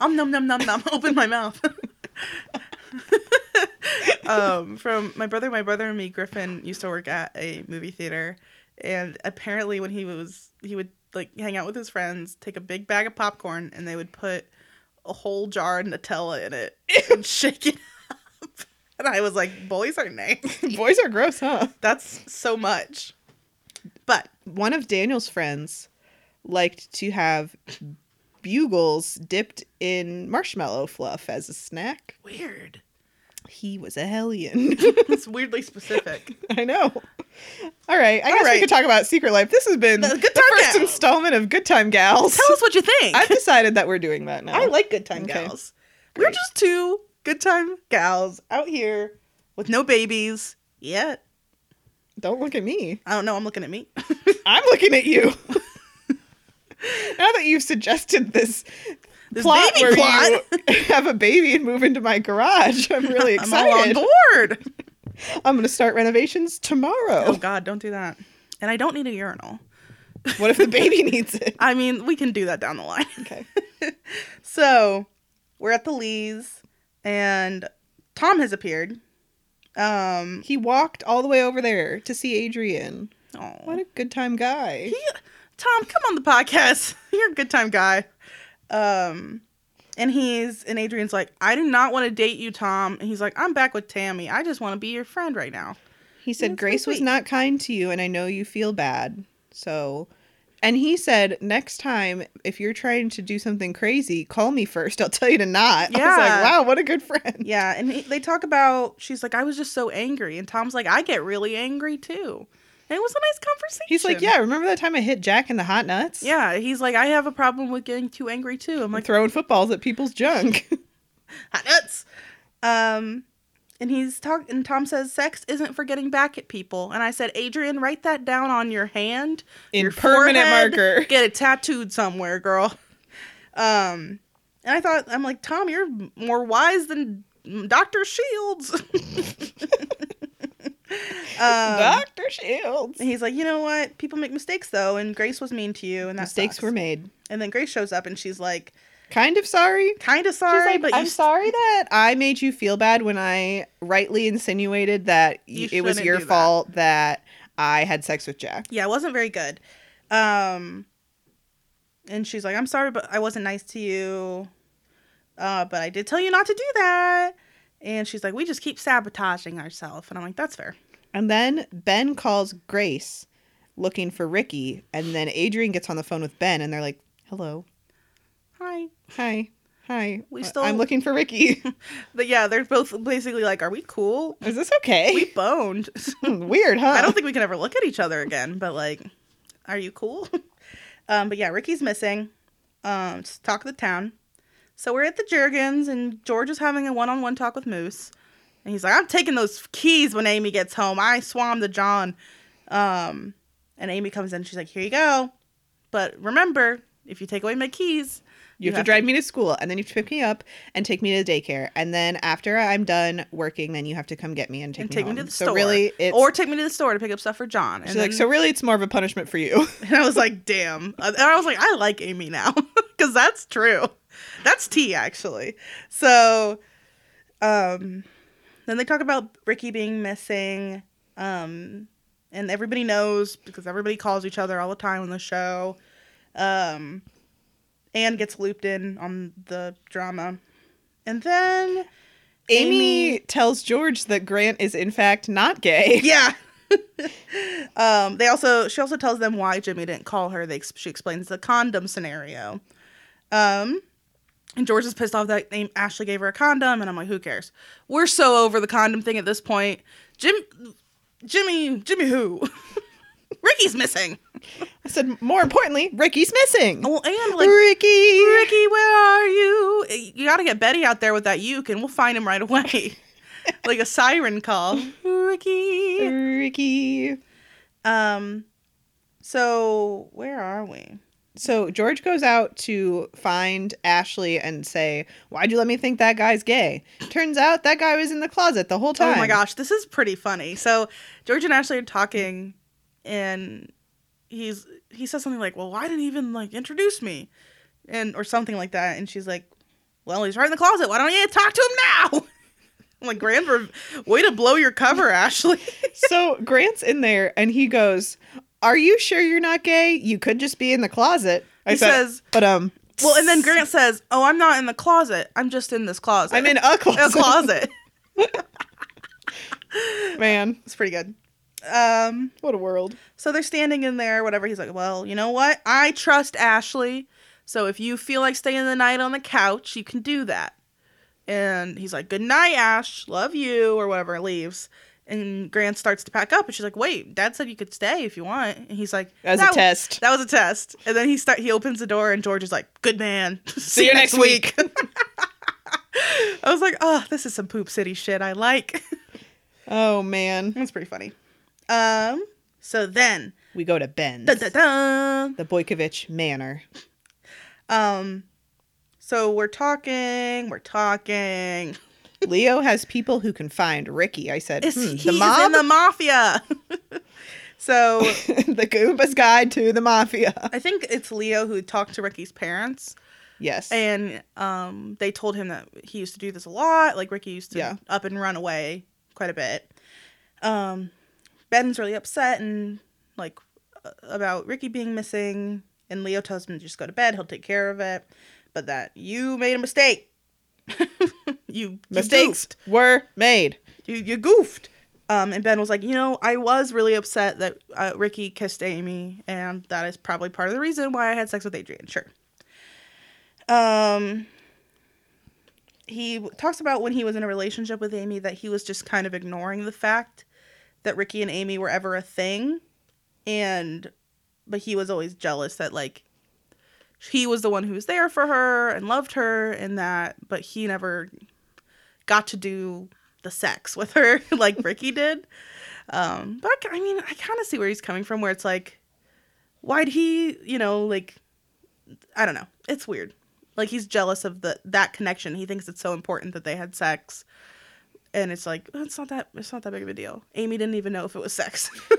Speaker 1: Um, num num num num. (laughs) Open my mouth. um, from my brother, my brother and me, Griffin used to work at a movie theater, and apparently when he was, he would like hang out with his friends, take a big bag of popcorn, and they would put a whole jar of Nutella in it (laughs) and shake it up. And I was like, boys are (laughs) nasty.
Speaker 2: Boys are gross, huh?
Speaker 1: That's so much. But
Speaker 2: One of Daniel's friends liked to have bugles dipped in marshmallow fluff as a snack.
Speaker 1: weird.
Speaker 2: He was a hellion. (laughs)
Speaker 1: It's weirdly specific.
Speaker 2: I know. All right. I guess we
Speaker 1: right.
Speaker 2: could talk about Secret Life. This has been
Speaker 1: The
Speaker 2: the,
Speaker 1: Good Time
Speaker 2: first
Speaker 1: Gals.
Speaker 2: installment of Good Time Gals.
Speaker 1: Tell us what you think.
Speaker 2: (laughs) I've decided that we're doing that now.
Speaker 1: I like good time
Speaker 2: Okay.
Speaker 1: gals. We're
Speaker 2: Great.
Speaker 1: just two good time gals out here with no babies yet.
Speaker 2: Don't look at me.
Speaker 1: I don't know. I'm looking at
Speaker 2: (laughs)
Speaker 1: me.
Speaker 2: I'm looking at you. (laughs) now that you've suggested this,
Speaker 1: This
Speaker 2: plot
Speaker 1: baby
Speaker 2: where
Speaker 1: plot.
Speaker 2: you (laughs) have a baby and move into my
Speaker 1: (laughs)
Speaker 2: garage, I'm really
Speaker 1: I'm all on
Speaker 2: excited. I'm,
Speaker 1: board.
Speaker 2: (laughs) going to start renovations
Speaker 1: Oh
Speaker 2: tomorrow.
Speaker 1: God, don't do that. And I don't need a urinal.
Speaker 2: what if
Speaker 1: (laughs)
Speaker 2: the baby needs it?
Speaker 1: I mean, we can do that down the line. (laughs)
Speaker 2: Okay.
Speaker 1: So we're at the Lees, and Tom has appeared. Um,
Speaker 2: He walked all the way over there to see Adrian.
Speaker 1: aw.
Speaker 2: What a good time guy.
Speaker 1: He- Tom, come on the podcast. (laughs) You're a good time guy. Um, and he's and Adrian's like, I do not want to date you, Tom. And he's like, I'm back with Tammy. I just want to be your friend right now.
Speaker 2: He said,
Speaker 1: That's so
Speaker 2: Grace was
Speaker 1: sweet.
Speaker 2: not kind to you, and I know you feel bad. So, and he said, next time, if you're trying to do something crazy, call me first. I'll tell you to not. (laughs) I was
Speaker 1: Yeah.
Speaker 2: like, wow, what a good friend.
Speaker 1: Yeah, and he, they talk about she's like, I was just so angry, and Tom's like, I get really angry too. And it was a nice conversation.
Speaker 2: He's like, yeah, remember that time I hit Jack in the hot nuts?
Speaker 1: yeah. He's like, I have a problem with getting too angry too. I'm
Speaker 2: I'm
Speaker 1: like,
Speaker 2: throwing footballs at people's junk. (laughs)
Speaker 1: hot nuts. Um, and he's talk and Tom says sex isn't for getting back at people. And I said, Adrian, write that down on your hand,
Speaker 2: In
Speaker 1: your
Speaker 2: permanent marker.
Speaker 1: (laughs) Get it tattooed somewhere, girl. Um, and I thought I'm like Tom, you're more wise than Doctor Shields. (laughs) um,
Speaker 2: Dr. Shields.
Speaker 1: and he's like, you know what? People make mistakes though, and Grace was mean to you, and that
Speaker 2: Mistakes
Speaker 1: sucks."
Speaker 2: were made.
Speaker 1: And then Grace shows up, and she's like,
Speaker 2: Kind of sorry.
Speaker 1: kind of
Speaker 2: She's
Speaker 1: sorry,
Speaker 2: like,
Speaker 1: but
Speaker 2: I'm
Speaker 1: you
Speaker 2: sorry that I made you feel bad when I rightly insinuated that
Speaker 1: You
Speaker 2: y- it was
Speaker 1: shouldn't
Speaker 2: your
Speaker 1: do that.
Speaker 2: fault that I had sex with Jack.
Speaker 1: Yeah, it wasn't very good. Um and she's like, "I'm sorry, but I wasn't nice to you. Uh, but I did tell you not to do that." And she's like, "We just keep sabotaging ourselves." And I'm like, "That's fair."
Speaker 2: And then Ben calls Grace looking for Ricky. And then Adrian gets on the phone with Ben and they're like, hello.
Speaker 1: Hi.
Speaker 2: Hi. Hi.
Speaker 1: We
Speaker 2: uh,
Speaker 1: still-
Speaker 2: I'm looking for Ricky. (laughs)
Speaker 1: But yeah, they're both basically like, "Are we cool?
Speaker 2: Is this
Speaker 1: We
Speaker 2: okay? (laughs) Hmm,
Speaker 1: boned." (laughs)
Speaker 2: Weird, huh?
Speaker 1: I
Speaker 2: (laughs)
Speaker 1: don't think we can ever look at each other again, but like, are you cool? (laughs) Um, but yeah, Ricky's missing. Um, it's talk of the town. So we're at the Jurgens, and George is having a one on one talk with Moose. And he's like, I'm taking those keys when Amy gets home. I swam to John. Um, and Amy comes in, she's like, Here you go. But remember, if you take away my keys,
Speaker 2: you have
Speaker 1: have
Speaker 2: to drive me to school and then you have to pick me up and take me to the daycare. And then after I'm done working, then you have to come get me and take,
Speaker 1: and
Speaker 2: me,
Speaker 1: take me, to
Speaker 2: home.
Speaker 1: the
Speaker 2: so
Speaker 1: store.
Speaker 2: really, it's.
Speaker 1: or take me to the store to pick up stuff for John. And
Speaker 2: she's like,
Speaker 1: then-
Speaker 2: so really, it's more of a punishment for you.
Speaker 1: And I was like, damn. Uh, And I was like, I like Amy now (laughs) because that's true. That's tea, actually. So, um, then they talk about Ricky being missing. Um, and everybody knows because everybody calls each other all the time on the show. Um, Anne gets looped in on the drama. And then, (laughs)
Speaker 2: Amy,
Speaker 1: Amy-
Speaker 2: tells George that Grant is in fact not gay.
Speaker 1: (laughs) yeah. um, they also, she also tells them why Jimmy didn't call her. They, ex- she explains the condom scenario. Um, and George is pissed off that name Ashley gave her a condom, and I'm like, who cares? We're so over the condom thing at this point. Jim, Jimmy, Jimmy, who? (laughs) Ricky's missing.
Speaker 2: I said, more importantly, Ricky's missing.
Speaker 1: Well, and Oh, like,
Speaker 2: Ricky.
Speaker 1: Ricky, where are you? You got to get Betty out there with that uke, and we'll find him right away. (laughs) like a siren call, (laughs) Ricky.
Speaker 2: Ricky.
Speaker 1: Um, so where are we?
Speaker 2: So George goes out to find Ashley and say, "Why'd you let me think that guy's gay?" Turns out that guy was in the closet the whole time.
Speaker 1: Oh my gosh, this is pretty funny. So George and Ashley are talking, and he's he says something like, "Well, why didn't he even like introduce me?" and or something like that. And she's like, "Well, he's right in the closet. Why don't you talk to him now?" (laughs) I'm like, "Grand, re- way to blow your cover, Ashley." (laughs)
Speaker 2: so Grant's in there and he goes, "Are you sure you're not gay? You could just be in the closet."
Speaker 1: He says-
Speaker 2: "But um,
Speaker 1: well, and then Grant says, "Oh, I'm not in the closet. I'm just in this closet.
Speaker 2: I'm in a
Speaker 1: (laughs) a
Speaker 2: closet, (laughs)
Speaker 1: closet."
Speaker 2: man.
Speaker 1: it's pretty good. Um.
Speaker 2: What a world."
Speaker 1: So they're standing in there, whatever. He's like, Well, you know what? I trust Ashley. So if you feel like staying the night on the couch, you can do that. And he's like, Good night, Ash. Love you, or whatever, leaves. And Grant starts to pack up, and she's like, "Wait, Dad said you could stay if you want." And he's like,
Speaker 2: As a
Speaker 1: "That-
Speaker 2: test.
Speaker 1: That was a test." And then he start he opens the door, and George is like, "Good man. (laughs) See
Speaker 2: you next
Speaker 1: I was like, "Oh, this is some poop city shit I like."
Speaker 2: (laughs)
Speaker 1: (laughs)
Speaker 2: Oh man.
Speaker 1: That's pretty funny. Um. So then,
Speaker 2: We go to Ben's.
Speaker 1: dun, dun, dun,
Speaker 2: the Boykovich Manor.
Speaker 1: Um, so we're talking, we're talking.
Speaker 2: Leo has people who can find Ricky. I said,
Speaker 1: It's
Speaker 2: "Hmm,
Speaker 1: he's
Speaker 2: the mob,
Speaker 1: in the mafia. (laughs) so
Speaker 2: (laughs) the Goomba's Guide to the Mafia.
Speaker 1: I think it's Leo who talked to Ricky's parents,
Speaker 2: Yes.
Speaker 1: and um, they told him that he used to do this a lot. Like Ricky used to
Speaker 2: Yeah.
Speaker 1: up and run away quite a bit. Um, Ben's really upset and like uh, about Ricky being missing, and Leo tells him to just go to bed. He'll take care of it, but that you made a mistake. (laughs) you you
Speaker 2: Mistakes
Speaker 1: goofed.
Speaker 2: were made.
Speaker 1: you, you goofed. Um, and Ben was like, you know, I was really upset that uh, Ricky kissed Amy, and that is probably part of the reason why I had sex with Adrian. Sure. Um, he w- talks about when he was in a relationship with Amy that he was just kind of ignoring the fact that Ricky and Amy were ever a thing, and but he was always jealous that like he was the one who was there for her and loved her and that, but he never got to do the sex with her (laughs) like Ricky did. Um, but I, ki- I mean, I kind of see where he's coming from, where it's like, why'd he, you know, like, I don't know. It's weird. Like he's jealous of the that connection. He thinks it's so important that they had sex, and it's like "Oh, it's not that it's not that big of a deal. Amy didn't even know if it was sex. (laughs)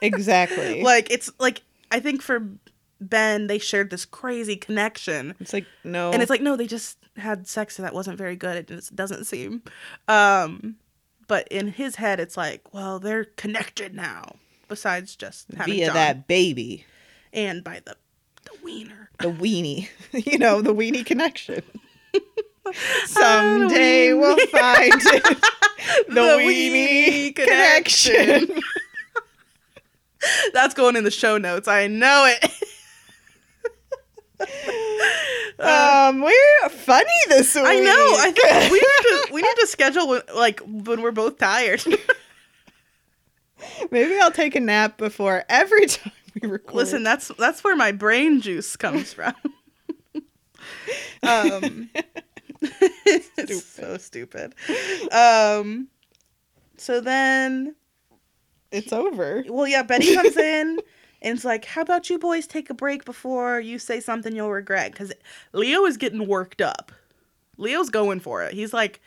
Speaker 2: Exactly.
Speaker 1: like it's like I think for Ben, they shared this crazy connection,
Speaker 2: it's like no.
Speaker 1: and it's like no they just had sex and that wasn't very good it just doesn't seem um but in his head it's like well they're connected now besides just having
Speaker 2: via
Speaker 1: John
Speaker 2: that baby.
Speaker 1: and by the The wiener. (laughs)
Speaker 2: the weenie, (laughs) you know, the weenie connection. Someday we'll
Speaker 1: (laughs)
Speaker 2: find it. The, weenie,
Speaker 1: weenie
Speaker 2: connection.
Speaker 1: That's going in the show notes. I know it.
Speaker 2: Um, we're funny this week.
Speaker 1: Uh, I know. I
Speaker 2: (laughs)
Speaker 1: think we need to we need to schedule when, like when we're both tired. (laughs)
Speaker 2: Maybe I'll take a nap before every (laughs) time we record.
Speaker 1: Listen, that's that's where my brain juice comes from. um, it's so stupid. Um, so then,
Speaker 2: it's over.
Speaker 1: well, yeah, Betty comes in and it's like, "How about you boys take a break before you say something you'll regret?" Because Leo is getting worked up. Leo's going for it. He's like,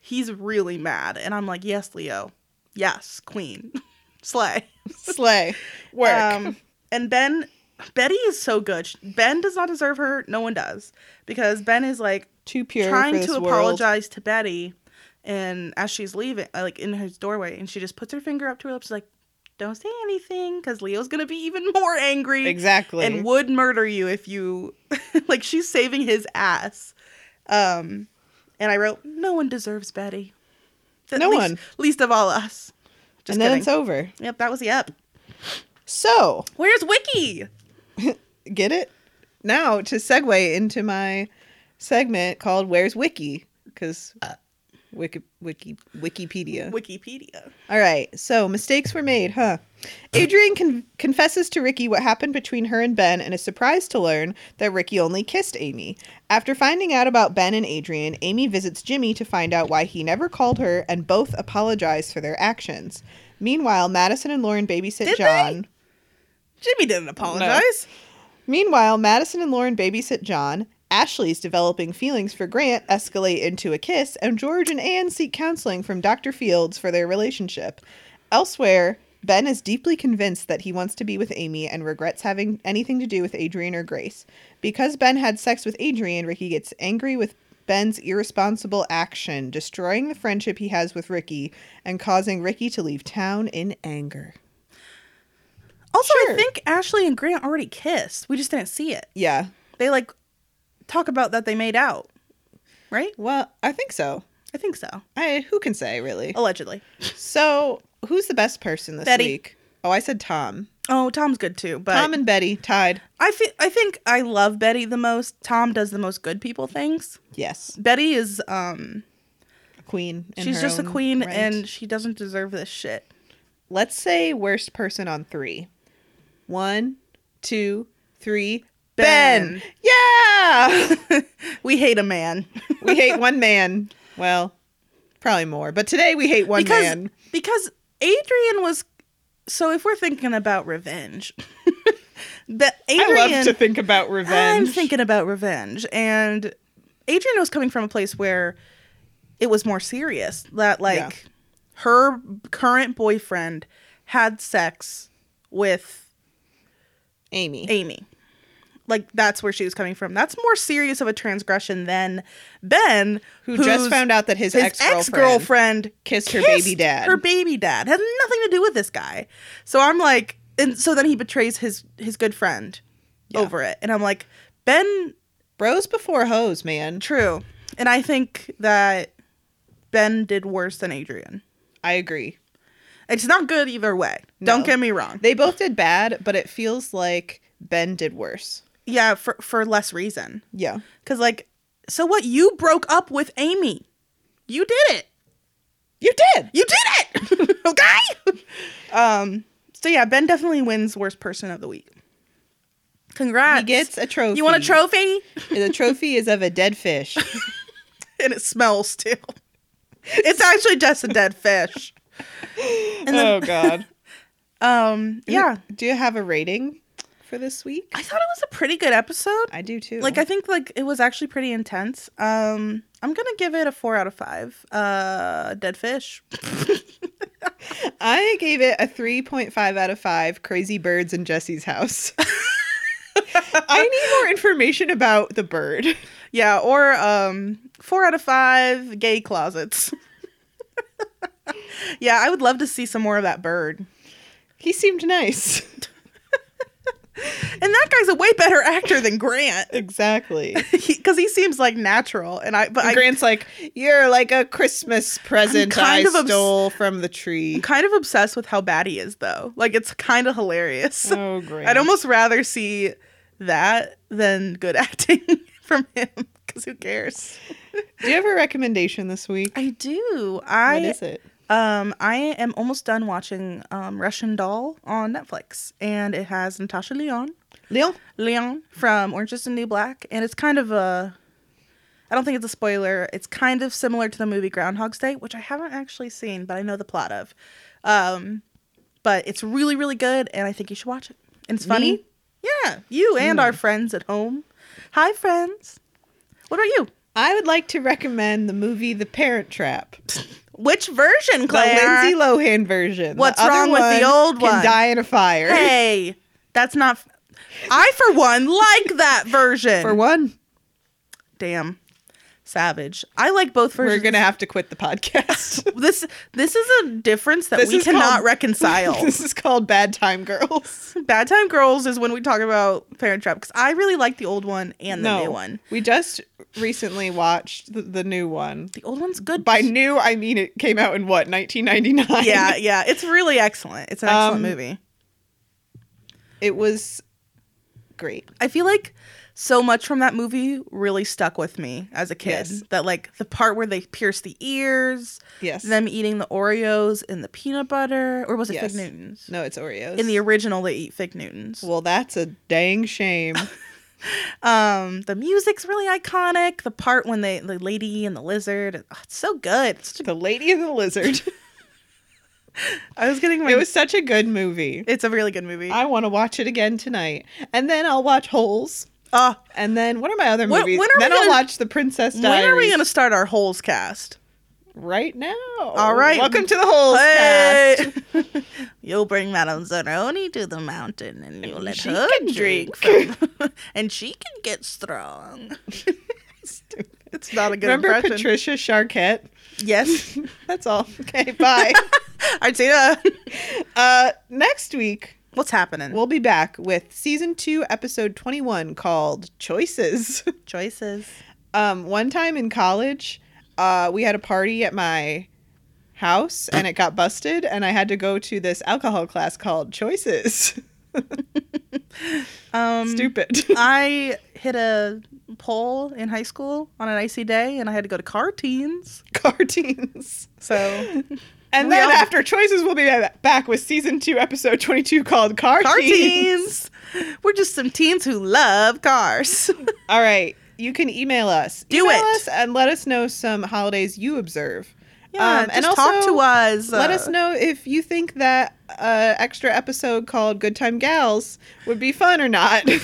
Speaker 1: he's really mad, and I'm like, "Yes, Leo. Yes, Queen, (laughs) slay."
Speaker 2: Slay. Work.
Speaker 1: Um, and Ben, Betty is so good. She- Ben does not deserve her. No one does because Ben is like
Speaker 2: Too pure.
Speaker 1: trying
Speaker 2: for this
Speaker 1: to
Speaker 2: world.
Speaker 1: apologize to Betty, and as she's leaving, uh, like in his doorway, and she just puts her finger up to her lips, like, "Don't say anything," because Leo's gonna be even (laughs) more angry
Speaker 2: Exactly.
Speaker 1: and would murder you if you, (laughs) like, she's saving his ass. Um, and I wrote, "No one deserves Betty. At
Speaker 2: No
Speaker 1: least-
Speaker 2: one.
Speaker 1: least of all us." Just
Speaker 2: and then
Speaker 1: kidding.
Speaker 2: it's over.
Speaker 1: yep, that was the up.
Speaker 2: So,
Speaker 1: Where's Wiki?
Speaker 2: get it? Now, to segue into my segment called Where's Wiki? Because Wiki, Wiki, Wikipedia. (laughs)
Speaker 1: Wikipedia.
Speaker 2: All right, so mistakes were made, huh? Adrian con- confesses to Ricky what happened between her and Ben and is surprised to learn that Ricky only kissed Amy. After finding out about Ben and Adrian, Amy visits Jimmy to find out why he never called her and both apologize for their actions. Meanwhile, Madison and Lauren babysit
Speaker 1: Did they?
Speaker 2: John.
Speaker 1: Jimmy didn't apologize.
Speaker 2: Meanwhile, Madison and Lauren babysit John. Ashley's developing feelings for Grant escalate into a kiss, and George and Anne seek counseling from Dr. Fields for their relationship. Elsewhere, Ben is deeply convinced that he wants to be with Amy and regrets having anything to do with Adrian or Grace. Because Ben had sex with Adrian, Ricky gets angry with Ben's irresponsible action, destroying the friendship he has with Ricky and causing Ricky to leave town in anger.
Speaker 1: Also,
Speaker 2: Sure.
Speaker 1: I think Ashley and Grant already kissed. We just didn't see it.
Speaker 2: Yeah.
Speaker 1: They like talk about that they made out, right?
Speaker 2: Well, I think so.
Speaker 1: I think so.
Speaker 2: I, who can say, really?
Speaker 1: Allegedly.
Speaker 2: So, who's the best person this
Speaker 1: Betty.
Speaker 2: week? Oh, I said Tom.
Speaker 1: Oh, Tom's good too, but
Speaker 2: Tom and Betty tied.
Speaker 1: I thi- I think I love Betty the most. Tom does the most good people things.
Speaker 2: Yes,
Speaker 1: Betty is um
Speaker 2: queen. in
Speaker 1: she's
Speaker 2: her
Speaker 1: just a
Speaker 2: own
Speaker 1: queen
Speaker 2: right.
Speaker 1: and she doesn't deserve this shit. (laughs)
Speaker 2: let's say worst person on three. One, two, three. Ben.
Speaker 1: Ben.
Speaker 2: Yeah, (laughs)
Speaker 1: we hate a man. (laughs)
Speaker 2: we hate one man. Well, probably more, but today we hate one
Speaker 1: because
Speaker 2: man.
Speaker 1: because Adrian was so if we're thinking about revenge, (laughs) that Adrian
Speaker 2: I love to think about revenge.
Speaker 1: I'm thinking about revenge. And Adrian was coming from a place where it was more serious that, like,
Speaker 2: Yeah.
Speaker 1: her current boyfriend had sex with
Speaker 2: Amy.
Speaker 1: Amy. Like, that's where she was coming from. That's more serious of a transgression than Ben,
Speaker 2: who just found out that his,
Speaker 1: his
Speaker 2: ex-girlbaby
Speaker 1: ex girlfriend
Speaker 2: kissed her baby dad.
Speaker 1: her baby dad has nothing to do with this guy. So I'm like, and so then he betrays his his good friend
Speaker 2: Yeah.
Speaker 1: over it, and I'm like, Ben
Speaker 2: Bros before hoes, man.
Speaker 1: True. And I think that Ben did worse than Adrian.
Speaker 2: I agree.
Speaker 1: It's not good either way.
Speaker 2: No.
Speaker 1: Don't get me wrong.
Speaker 2: They both did bad, but it feels like Ben did worse.
Speaker 1: Yeah, for for less reason.
Speaker 2: Yeah.
Speaker 1: Cuz like so what you broke up with Amy. You did it.
Speaker 2: You did.
Speaker 1: You did it. (laughs) okay? Um so yeah, Ben definitely wins worst person of the week. Congrats.
Speaker 2: He gets a trophy.
Speaker 1: You want a trophy?
Speaker 2: the trophy is of a dead fish.
Speaker 1: (laughs) and it smells too. It's actually just a dead fish. (laughs) And then,
Speaker 2: Oh, God.
Speaker 1: um (laughs) yeah,
Speaker 2: Do you have a rating for this week?
Speaker 1: I thought it was a pretty good episode.
Speaker 2: I do too.
Speaker 1: Like I think like it was actually pretty intense. Um I'm gonna give it a four out of five. Uh dead fish.
Speaker 2: I gave it a 3.5 out of 5 Crazy Birds in
Speaker 1: (laughs)
Speaker 2: Jesse's House. I need more information about the bird.
Speaker 1: yeah, or um four out of five gay closets. (laughs) yeah, I would (laughs) love to see some more of that bird.
Speaker 2: He seemed nice.
Speaker 1: And that guy's a way better actor than Grant
Speaker 2: Exactly.
Speaker 1: because he, seems like natural. And I, but I,
Speaker 2: Grant's like, you're like a Christmas present I
Speaker 1: kind of obs-
Speaker 2: stole from the
Speaker 1: I'm
Speaker 2: tree.
Speaker 1: kind of obsessed with how bad he is, though. Like it's kind of hilarious.
Speaker 2: Oh, Grant.
Speaker 1: I'd almost rather see that than good (laughs) acting from him because who cares?
Speaker 2: Do you have a recommendation this week?
Speaker 1: I do.
Speaker 2: what
Speaker 1: I
Speaker 2: is it?
Speaker 1: um I am almost done watching um, Russian Doll on Netflix, and it has Natasha Leon.
Speaker 2: Leon?
Speaker 1: Leon from Orange is the New Black, and it's kind of a. I don't think it's a spoiler. It's kind of similar to the movie Groundhog's Day, which I haven't actually seen, but I know the plot of. Um, but it's really, really good, and I think you should watch it. And it's funny.
Speaker 2: Me?
Speaker 1: Yeah, you and our friends at home. Hi, friends. What about you?
Speaker 2: I would like to recommend the movie The
Speaker 1: (laughs)
Speaker 2: Parent Trap.
Speaker 1: Which version,
Speaker 2: The
Speaker 1: Claire?
Speaker 2: Lindsay Lohan version. The
Speaker 1: What's
Speaker 2: other
Speaker 1: wrong with the old
Speaker 2: Can
Speaker 1: one?
Speaker 2: die in a fire.
Speaker 1: Hey, that's not. I, for one, like that version.
Speaker 2: For one,
Speaker 1: Damn, savage. I like both versions.
Speaker 2: we're gonna have to quit the podcast.
Speaker 1: (laughs) this this is a difference that
Speaker 2: This
Speaker 1: we
Speaker 2: is
Speaker 1: cannot
Speaker 2: (laughs) called-
Speaker 1: reconcile.
Speaker 2: this is called Bad Time Girls.
Speaker 1: Bad Time Girls is when we talk about Parent Trap because I really like the old one and the
Speaker 2: no
Speaker 1: new one.
Speaker 2: We just recently watched the, the new one.
Speaker 1: The old one's good.
Speaker 2: By new, I mean it came out in what 1999.
Speaker 1: yeah, yeah, it's really excellent. It's an excellent
Speaker 2: Um,
Speaker 1: movie.
Speaker 2: (laughs) it was great.
Speaker 1: I feel like so much from that movie really stuck with me as a kid.
Speaker 2: Yes.
Speaker 1: That like the part where they pierce the ears,
Speaker 2: Yes.
Speaker 1: them eating the Oreos and the peanut butter, or was it
Speaker 2: Yes.
Speaker 1: Fig Newtons?
Speaker 2: no, it's Oreos.
Speaker 1: In the original, they eat Fig Newtons.
Speaker 2: well, that's a dang shame.
Speaker 1: Um, the music's really iconic. The part when they the lady and the lizard, oh, it's so good. It's such a-
Speaker 2: the Lady and the Lizard.
Speaker 1: (laughs) I was getting my.
Speaker 2: it was such a good movie.
Speaker 1: It's a really good movie.
Speaker 2: I want to watch it again tonight, and then I'll watch Holes.
Speaker 1: uh,
Speaker 2: And then what are my other
Speaker 1: When-
Speaker 2: movies?
Speaker 1: when are
Speaker 2: then
Speaker 1: we
Speaker 2: I'll
Speaker 1: gonna-
Speaker 2: watch The Princess
Speaker 1: when
Speaker 2: Diaries.
Speaker 1: are we gonna start our holes cast?
Speaker 2: Right now.
Speaker 1: All right.
Speaker 2: Welcome to the Holes cast.
Speaker 1: (laughs) Hey! You'll bring Madame Zanoni to the mountain, and you let
Speaker 2: she
Speaker 1: her
Speaker 2: can
Speaker 1: drink, from- (laughs) and she can get strong. it's not a good
Speaker 2: Remember
Speaker 1: impression.
Speaker 2: Patricia Charquette? (laughs)
Speaker 1: (laughs) yes,
Speaker 2: That's all. Okay,
Speaker 1: (laughs)
Speaker 2: bye.
Speaker 1: Artina.
Speaker 2: (laughs) uh, next week
Speaker 1: What's happening?
Speaker 2: we'll be back with season two, episode twenty-one, called "Choices." (laughs)
Speaker 1: Choices.
Speaker 2: um, one time in college, uh, we had a party at my house, and it got busted, and I had to go to this alcohol class called "Choices." (laughs)
Speaker 1: Um, (laughs)
Speaker 2: Stupid. (laughs)
Speaker 1: I hit a pole in high school on an icy day, and I had to go to car teens.
Speaker 2: Cartoons. (laughs)
Speaker 1: So
Speaker 2: And
Speaker 1: We
Speaker 2: then
Speaker 1: all-
Speaker 2: after choices, we'll be ba- back with season two, episode twenty-two, called "Car,
Speaker 1: car
Speaker 2: Teens."
Speaker 1: teens, we're just some teens who love cars.
Speaker 2: (laughs) All right, you can email us.
Speaker 1: Do
Speaker 2: Email
Speaker 1: it.
Speaker 2: us and let us know some holidays you observe.
Speaker 1: yeah, Uh,
Speaker 2: Um,
Speaker 1: just
Speaker 2: and
Speaker 1: talk
Speaker 2: also,
Speaker 1: to us.
Speaker 2: let
Speaker 1: uh,
Speaker 2: us know if you think that uh, extra episode called "Good Time Gals" would be fun or not. (laughs)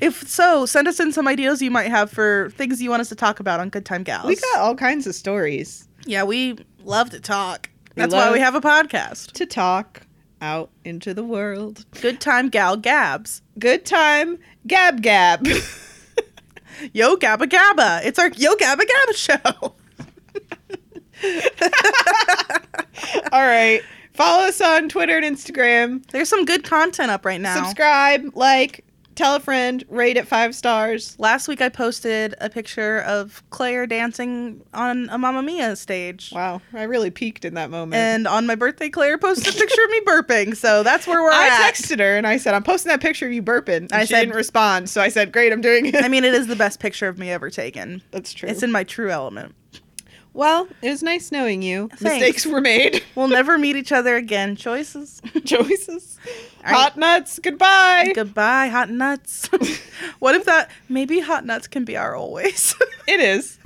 Speaker 1: if so. Send us in some ideas you might have for things you want us to talk about on Good Time Gals.
Speaker 2: we got all kinds of stories
Speaker 1: yeah, we love to talk.
Speaker 2: We
Speaker 1: That's why
Speaker 2: love-
Speaker 1: we have a podcast.
Speaker 2: to talk out into the world.
Speaker 1: Good Time Gal Gabs.
Speaker 2: Good time, gab gab. (laughs)
Speaker 1: Yo Gabba Gabba. It's our Yo Gabba Gabba show.
Speaker 2: (laughs) all right, follow us on Twitter and Instagram.
Speaker 1: There's some good content up right now.
Speaker 2: Subscribe, like, tell a friend, rate it five stars.
Speaker 1: Last week I posted a picture of Claire dancing on a Mamma Mia stage.
Speaker 2: Wow, I really peaked in that moment.
Speaker 1: And on my birthday, Claire posted a picture of me burping. So that's where we're
Speaker 2: I
Speaker 1: at.
Speaker 2: texted her and I said, I'm posting that picture of you burping. And
Speaker 1: I
Speaker 2: she
Speaker 1: said-
Speaker 2: didn't respond. So I said, Great, I'm doing it.
Speaker 1: I mean, it is the best picture of me ever taken.
Speaker 2: That's true.
Speaker 1: It's in my true element.
Speaker 2: well, it was nice knowing you.
Speaker 1: Thanks.
Speaker 2: Mistakes were made. (laughs)
Speaker 1: We'll never meet each other again. Choices.
Speaker 2: Choices.
Speaker 1: All right.
Speaker 2: Hot nuts. Goodbye.
Speaker 1: (laughs) Goodbye, hot nuts. what if that? Maybe hot nuts can be our always. (laughs)
Speaker 2: it is.